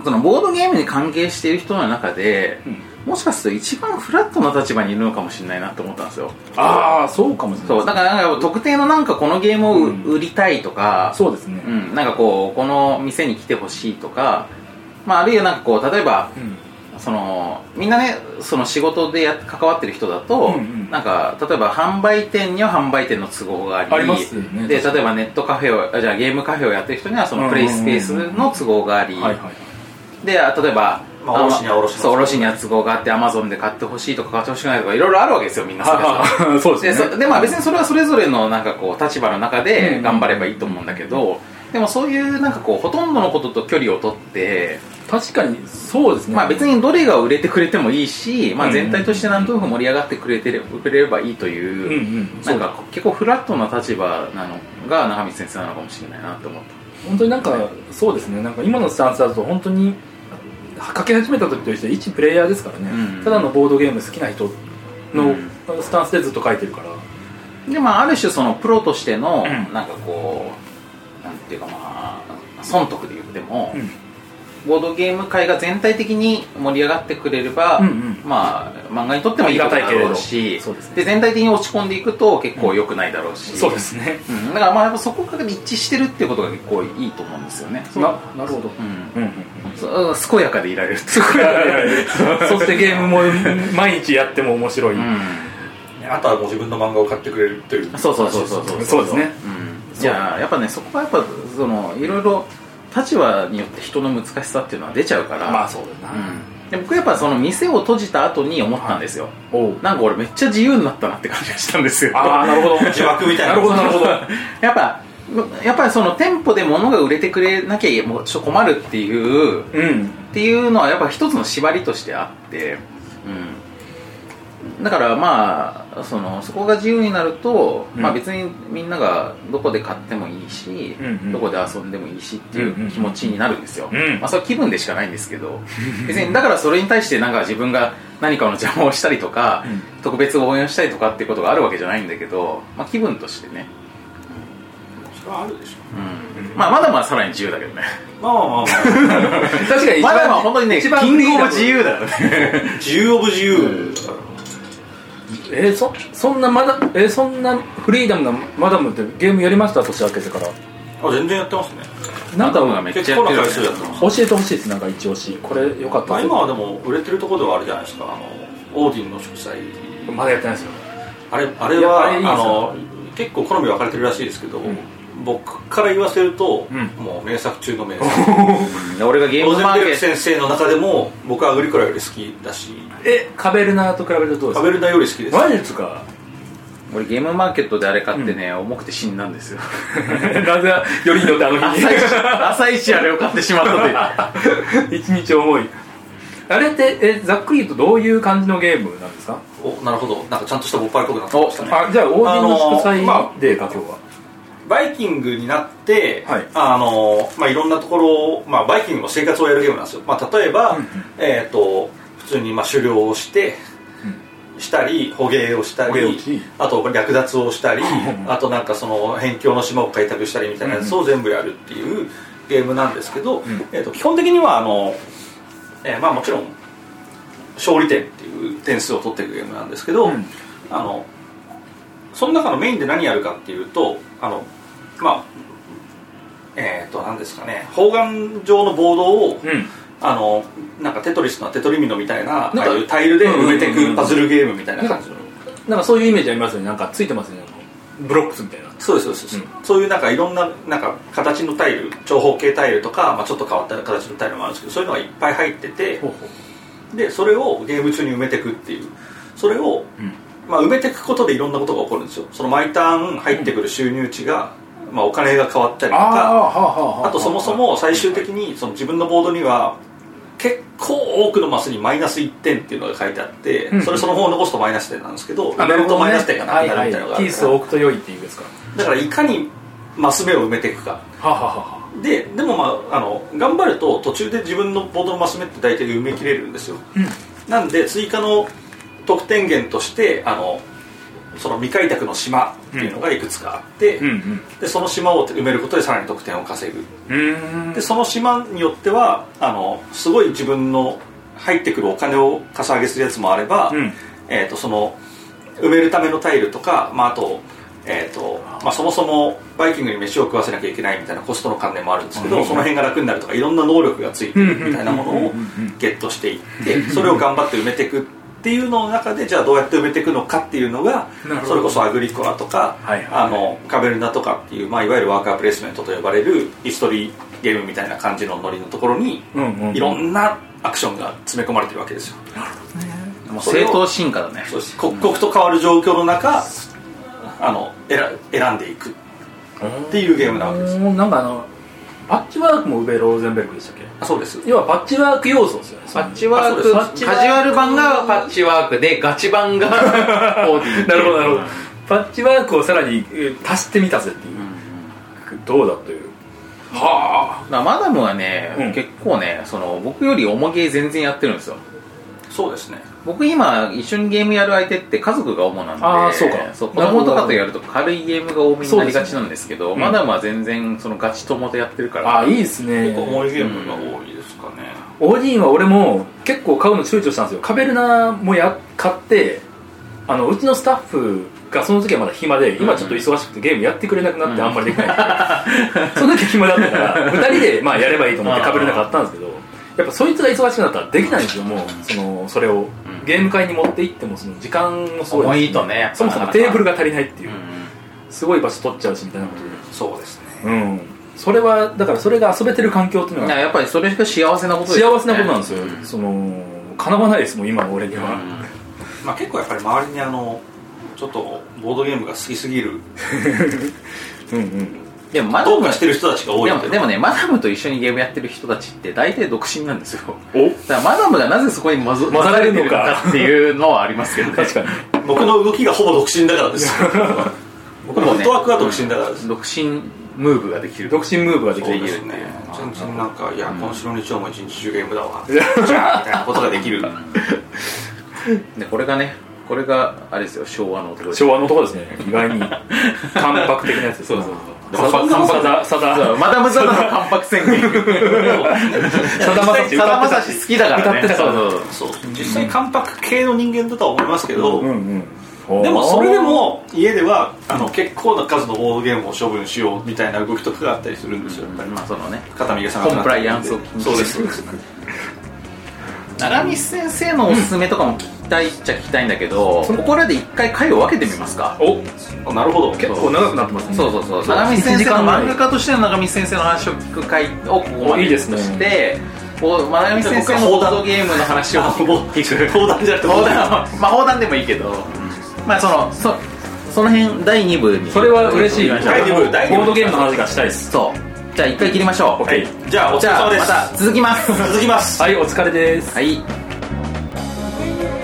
そのボードゲームに関係している人の中で、もしかすると一番フラットな立場にいるのかもしれないなと思ったんですよ
ああそうかもしれない
そうだからなんか特定のなんかこのゲームを売売りたいとか、
そうですね
うんなんかこうこの店に来てほしいとか、まあ、あるいはなんかこう例えば
うん
そのみんなねその仕事でや関わってる人だと、
うんうん
なんか例えば販売店には販売店の都合があり
ありますよね
で
確かに
例えばネットカフェをあじゃあゲームカフェをやってる人にはそのプレイスペースの都合があり、
はいはいはい
であ例えば、
まあ
あの
卸には卸の
そう卸には都合があってアマゾンで買ってほしいとか買ってほしくないとかいろいろあるわけですよみんなそれぞれ
はいはい そう
で
ですね
そでまあ別にそれはそれぞれのなんかこう立場の中
う
で
ん
頑張ればいいと思うんだけど、でもそういうなんかこうほとんどのことと距離を取って、
確かにそうですね
まあ別にどれが売れてくれてもいいし、ま
う
あ、
んうん
全体としてなんとなく盛り上がってくれてれくれればいいと
うん
いうう、
ん
なんか結構フラットな立場なのが中道先生なのかもしれないなと思った
本当になんかそうですねなんか今のスタンスだと本当に書き始めた時と一緒で一プレイヤーですからね、
うん
ただのボードゲーム好きな人
う
の
ん
スタンスでずっと書いてるから、
でまあある種そのプロとしての
うん
なんかこうなんていうかまあ損得で言っても、
うん
ボードゲーム界が全体的に盛り上がってくれれば、
うんうん
まあ漫画にとってもいいことだろう
あり
し
がたいけれどそうですね
全体的に落ち込んでいくと結構良くないだろうし、
そうですね
うんだからまあやっぱそこが一致してるっていうことが結構いいと思うんですよね
ななるほど、
うん
うんうん
そ 健やかでいられるっていう
そしてゲームも毎日やっても面白い、
あとはもう自分の漫画を買ってくれるという
そうそうそうそう
そうですね
うんじゃあやっぱねそこはやっぱそのいろいろ立場によって人の難しさっていうのは出ちゃうから、
まあそうだな、
うんで僕やっぱその店を閉じた後に思ったんですよ、
おう
なんか俺めっちゃ自由になったなって感じがしたんですよ
ああなるほど
自爆みたいな
なるほどなるほど
やっぱやっぱりその店舗で物が売れてくれなきゃもうちょっと困るっていう
う
っ
ん
ていうのはやっぱ一つの縛りとしてあって、うん、だからまあそのそこが自由になると、
うん
まあ、別にみんながどこで買ってもいいし、
うんうん
どこで遊んでもいいしっていう気持ちになるんですよ、
うん
まあ、それは気分でしかないんですけど別にだからそれに対してなんか自分が何かの邪魔をしたりとか、
う
特別応援をしたりとかってことがあるわけじゃないんだけど、まあ、気分としてね、
それはあるでし
うんまあ、まだまださらに自由だけどね
ょまあまあまあ、ま
確かに一番
まだまだ本当にね
一
均
番
衡自由だよ ね
あ、自由オブ自由だから
えー、そそんなまだえー、そんなフリーダムなマダムってゲームやりました年明けてから
あ全然やってますね
なんか
頭がめっちゃ
結
やっ
構
て
な
るよね
回数やってます
教えてほしいですなんか一押しこれよかった
まあ
です
今はでも売れてるところではあるじゃないですかあのオーディンの祝祭
まだやってないですよ
あれあれ
いやあ
は
れいいですよ
あの結構好み分かれてるらしいですけど、
ん
僕から言わせると、
うん
もう名作中の名作
うん俺がゲー
ロ
ム
ゼ
マ
ン
ー
ベ
ケ
ルク
ット
先生の中でも僕はアグリコラより好きだし
えカベルナと比べるとどうです
カ
か
ベルナより好きです
マジですか
俺ゲームマーケットであれ買ってね、重くて死んだんですよ
なぜよりによってあの 日
朝一朝一あれを買ってしまったという
に 一日重いあれってえざっくり言うとどういう感じのゲームなんですか
おなるほどなんかちゃんとしたボッパイっぽくなってきましたね
あじゃあ王人の祝祭
あのま
でか今日は
バイキングになって、
はい
あのまあ、いろんなところを、まあ、バイキングの生活をやるゲームなんですよ、まあ、例えば、えー、と普通にまあ狩猟をして、したり捕鯨をした
捕鯨を
り
し
あと略奪を したり
ん
あとなんかその辺境の島を開拓したりみたいなやつを全部やるっていうゲームなんですけど、えー、と基本的にはあの、えーまあ、もちろん勝利点っていう点数を取っていくゲームなんですけど、
うん
あのその中のメインで何やるかっていうとあのまあえっ、と何ですかね方眼状のボードを、
うん
あのなんかテトリスのテトリミノみたいな
なんか
ああいうタイルで埋めてい
うんうんうんうん
くパズルゲームみたいな感じの、
なんかそういうイメージありますよねなんかついてますよねあのブロックスみたいな
そうですそうです、
うん
そういうなんかいろんななんか形のタイル長方形タイルとか、まあ、ちょっと変わった形のタイルもあるんですけどそういうのがいっぱい入っててでそれをゲーム中に埋めていくっていうそれを、まあ、埋めていくことでいろんなことが起こるんですよその毎ターン入ってくる収入値が、まあ、お金が変わったりとか
はあは
あとそもそも最終的にその自分のボードには結構多くのマスにマイナス1点っていうのが書いてあって、
うん
それその方を残すとマイナス点なんですけど
あ
埋
な
め
る
る
ほど
と
ね
マイナス点がなくなるみたいなのがあ
はいはいピ
る
ー
か
ス
ら、
を置くと良いっていうんですか
だからいかにマス目を埋めていくか
はあはあは
ででもまああの頑張ると途中で自分のボードのマス目って大体埋め切れるんですよ、なんで追加の得点源としてあのその未開拓の島っていうのがいくつかあって、
うんうん
でその島を埋めることでさらに得点を稼ぐ
うーん
でその島によってはあのすごい自分の入ってくるお金をかさ上げするやつもあれば、
うん
えー、とその埋めるためのタイルとか、まあ、あと,、えーとまあ、そもそもバイキングに飯を食わせなきゃいけないみたいなコストの関連もあるんですけど、その辺が楽になるとかいろんな能力がついてるみたいなものをゲットしていってそれを頑張って埋めていくっていうのの中でじゃあどうやって埋めていくのかっていうのが
なるほど
それこそアグリコラとか、
はいはい
あのカベルナとかっていう、まあ、いわゆるワーカープレイスメントと呼ばれるヒストリーゲームみたいな感じのノリのところに、
うんうん
いろんなアクションが詰め込まれてるわけですよ
もう正当進化だね
そうです刻々と変わる状況の中、あの選選んでいくっていうゲームなわけです
うんなんかあのパッチワークもウベ・ローゼンベルクでしたっけ
あそうです
要はパッチワーク要素ですよね
パッチワーク
あ
カ
そうで
ジ
す
ュアル版がパッチワークでガチ版がオーディ
なるほどなるほどパッチワークをさらにえー足してみたぜっていう、どうだというは
まあマダムはね、
うん
結構ねその僕より重げ全然やってるんですよ
そうですね
僕今一緒にゲームやる相手って家族が主なんで
あーそうか
子供とかとやると軽いゲームが多めになりがちなんですけど
そうですねうん
マダムは全然そのガチ友でやってるか
あ
ら
あいいですね
結構重いゲームが多いですかね、
オーディンは俺も結構買うの躊躇したんですよカベルナもや買ってあのうちのスタッフがその時はまだ暇で今ちょっと忙しくてゲームやってくれなくなってあんまりできない、 その時暇だったから2人でまあやればいいと思ってカベルナ買ったんですけどやっぱそいつが忙しくなったらできないんですよもうそのそれを
ん
ゲーム会に持って行ってもその時間もすごい
重いとね
そもそもテーブルが足りないっていううんすごい場所取っちゃうしみたいなことで
そうですね
うんそれはだからそれが遊べてる環境っていうの
い
が
ややっぱりそれが幸せなことですよ
幸
ね
せなことなんですよ、
う
そのかなわないですもん今の俺には、
まあ、結構やっぱり周りにあのちょっとボードゲームが好きすぎる
うん、うん
でもマダ
トー
ム
クしてる人たちが多い
で
んだ
も
よ
でもねマダムと一緒にゲームやってる人たちって大体独身なんですよ
お
だからマダムがなぜそこに混ざ
混ざれるのか
混ざれてっていうのはありますけどね
確かに
僕の動きがほぼ独身だからですよ 僕のフットワークが独身だからです
独身ムーブができる
独身ムーブができ
そう
る
ですね全然なんかいや今週の日曜も一日中ゲームだわ
いや
じゃあみたいなことができる
でこれがねこれがあれですよ昭和の男です
昭和のとこですね意外 に関白的なやつですそうそう
でもそんなもん
さださだ
マダムザダの関白宣言
さだまさし
さだま
歌
さ
って
し好きだからね
歌ってたか ら
そうそう
そう実際関白系の人間だとは思いますけど、
たうんうん
でもそれでも家ではあの結構な数のボードゲームを処分しようみたいな動きとかがあったりするんですよやっぱり
まあそのね
肩身が下が
コンプライアンスを気に
そうですそうです
す長西先生のおすすめとかも聞きたいっちゃ聞きたいんだけど、ここらで一回回を分けてみますか
お
あなるほど
結構長くなってますね
そうそうそう長見先生の漫画家としての長見先生の話を聞く会をここまで
いいですね
としてこう長見先生のボードゲームの話を
あ
聞く
もう砲弾じゃなくて
砲弾 はまあ砲弾でもいいけど、まあそのそその辺第2部に
それは嬉しい
そう
第二部第二部
ボードゲームの話がしたいです
そうじゃあ一回切りましょう、
OK
じゃあお疲
じ
れ
ゃ
様
あ
です
また続きます
続きます
はいお疲れです
はい
「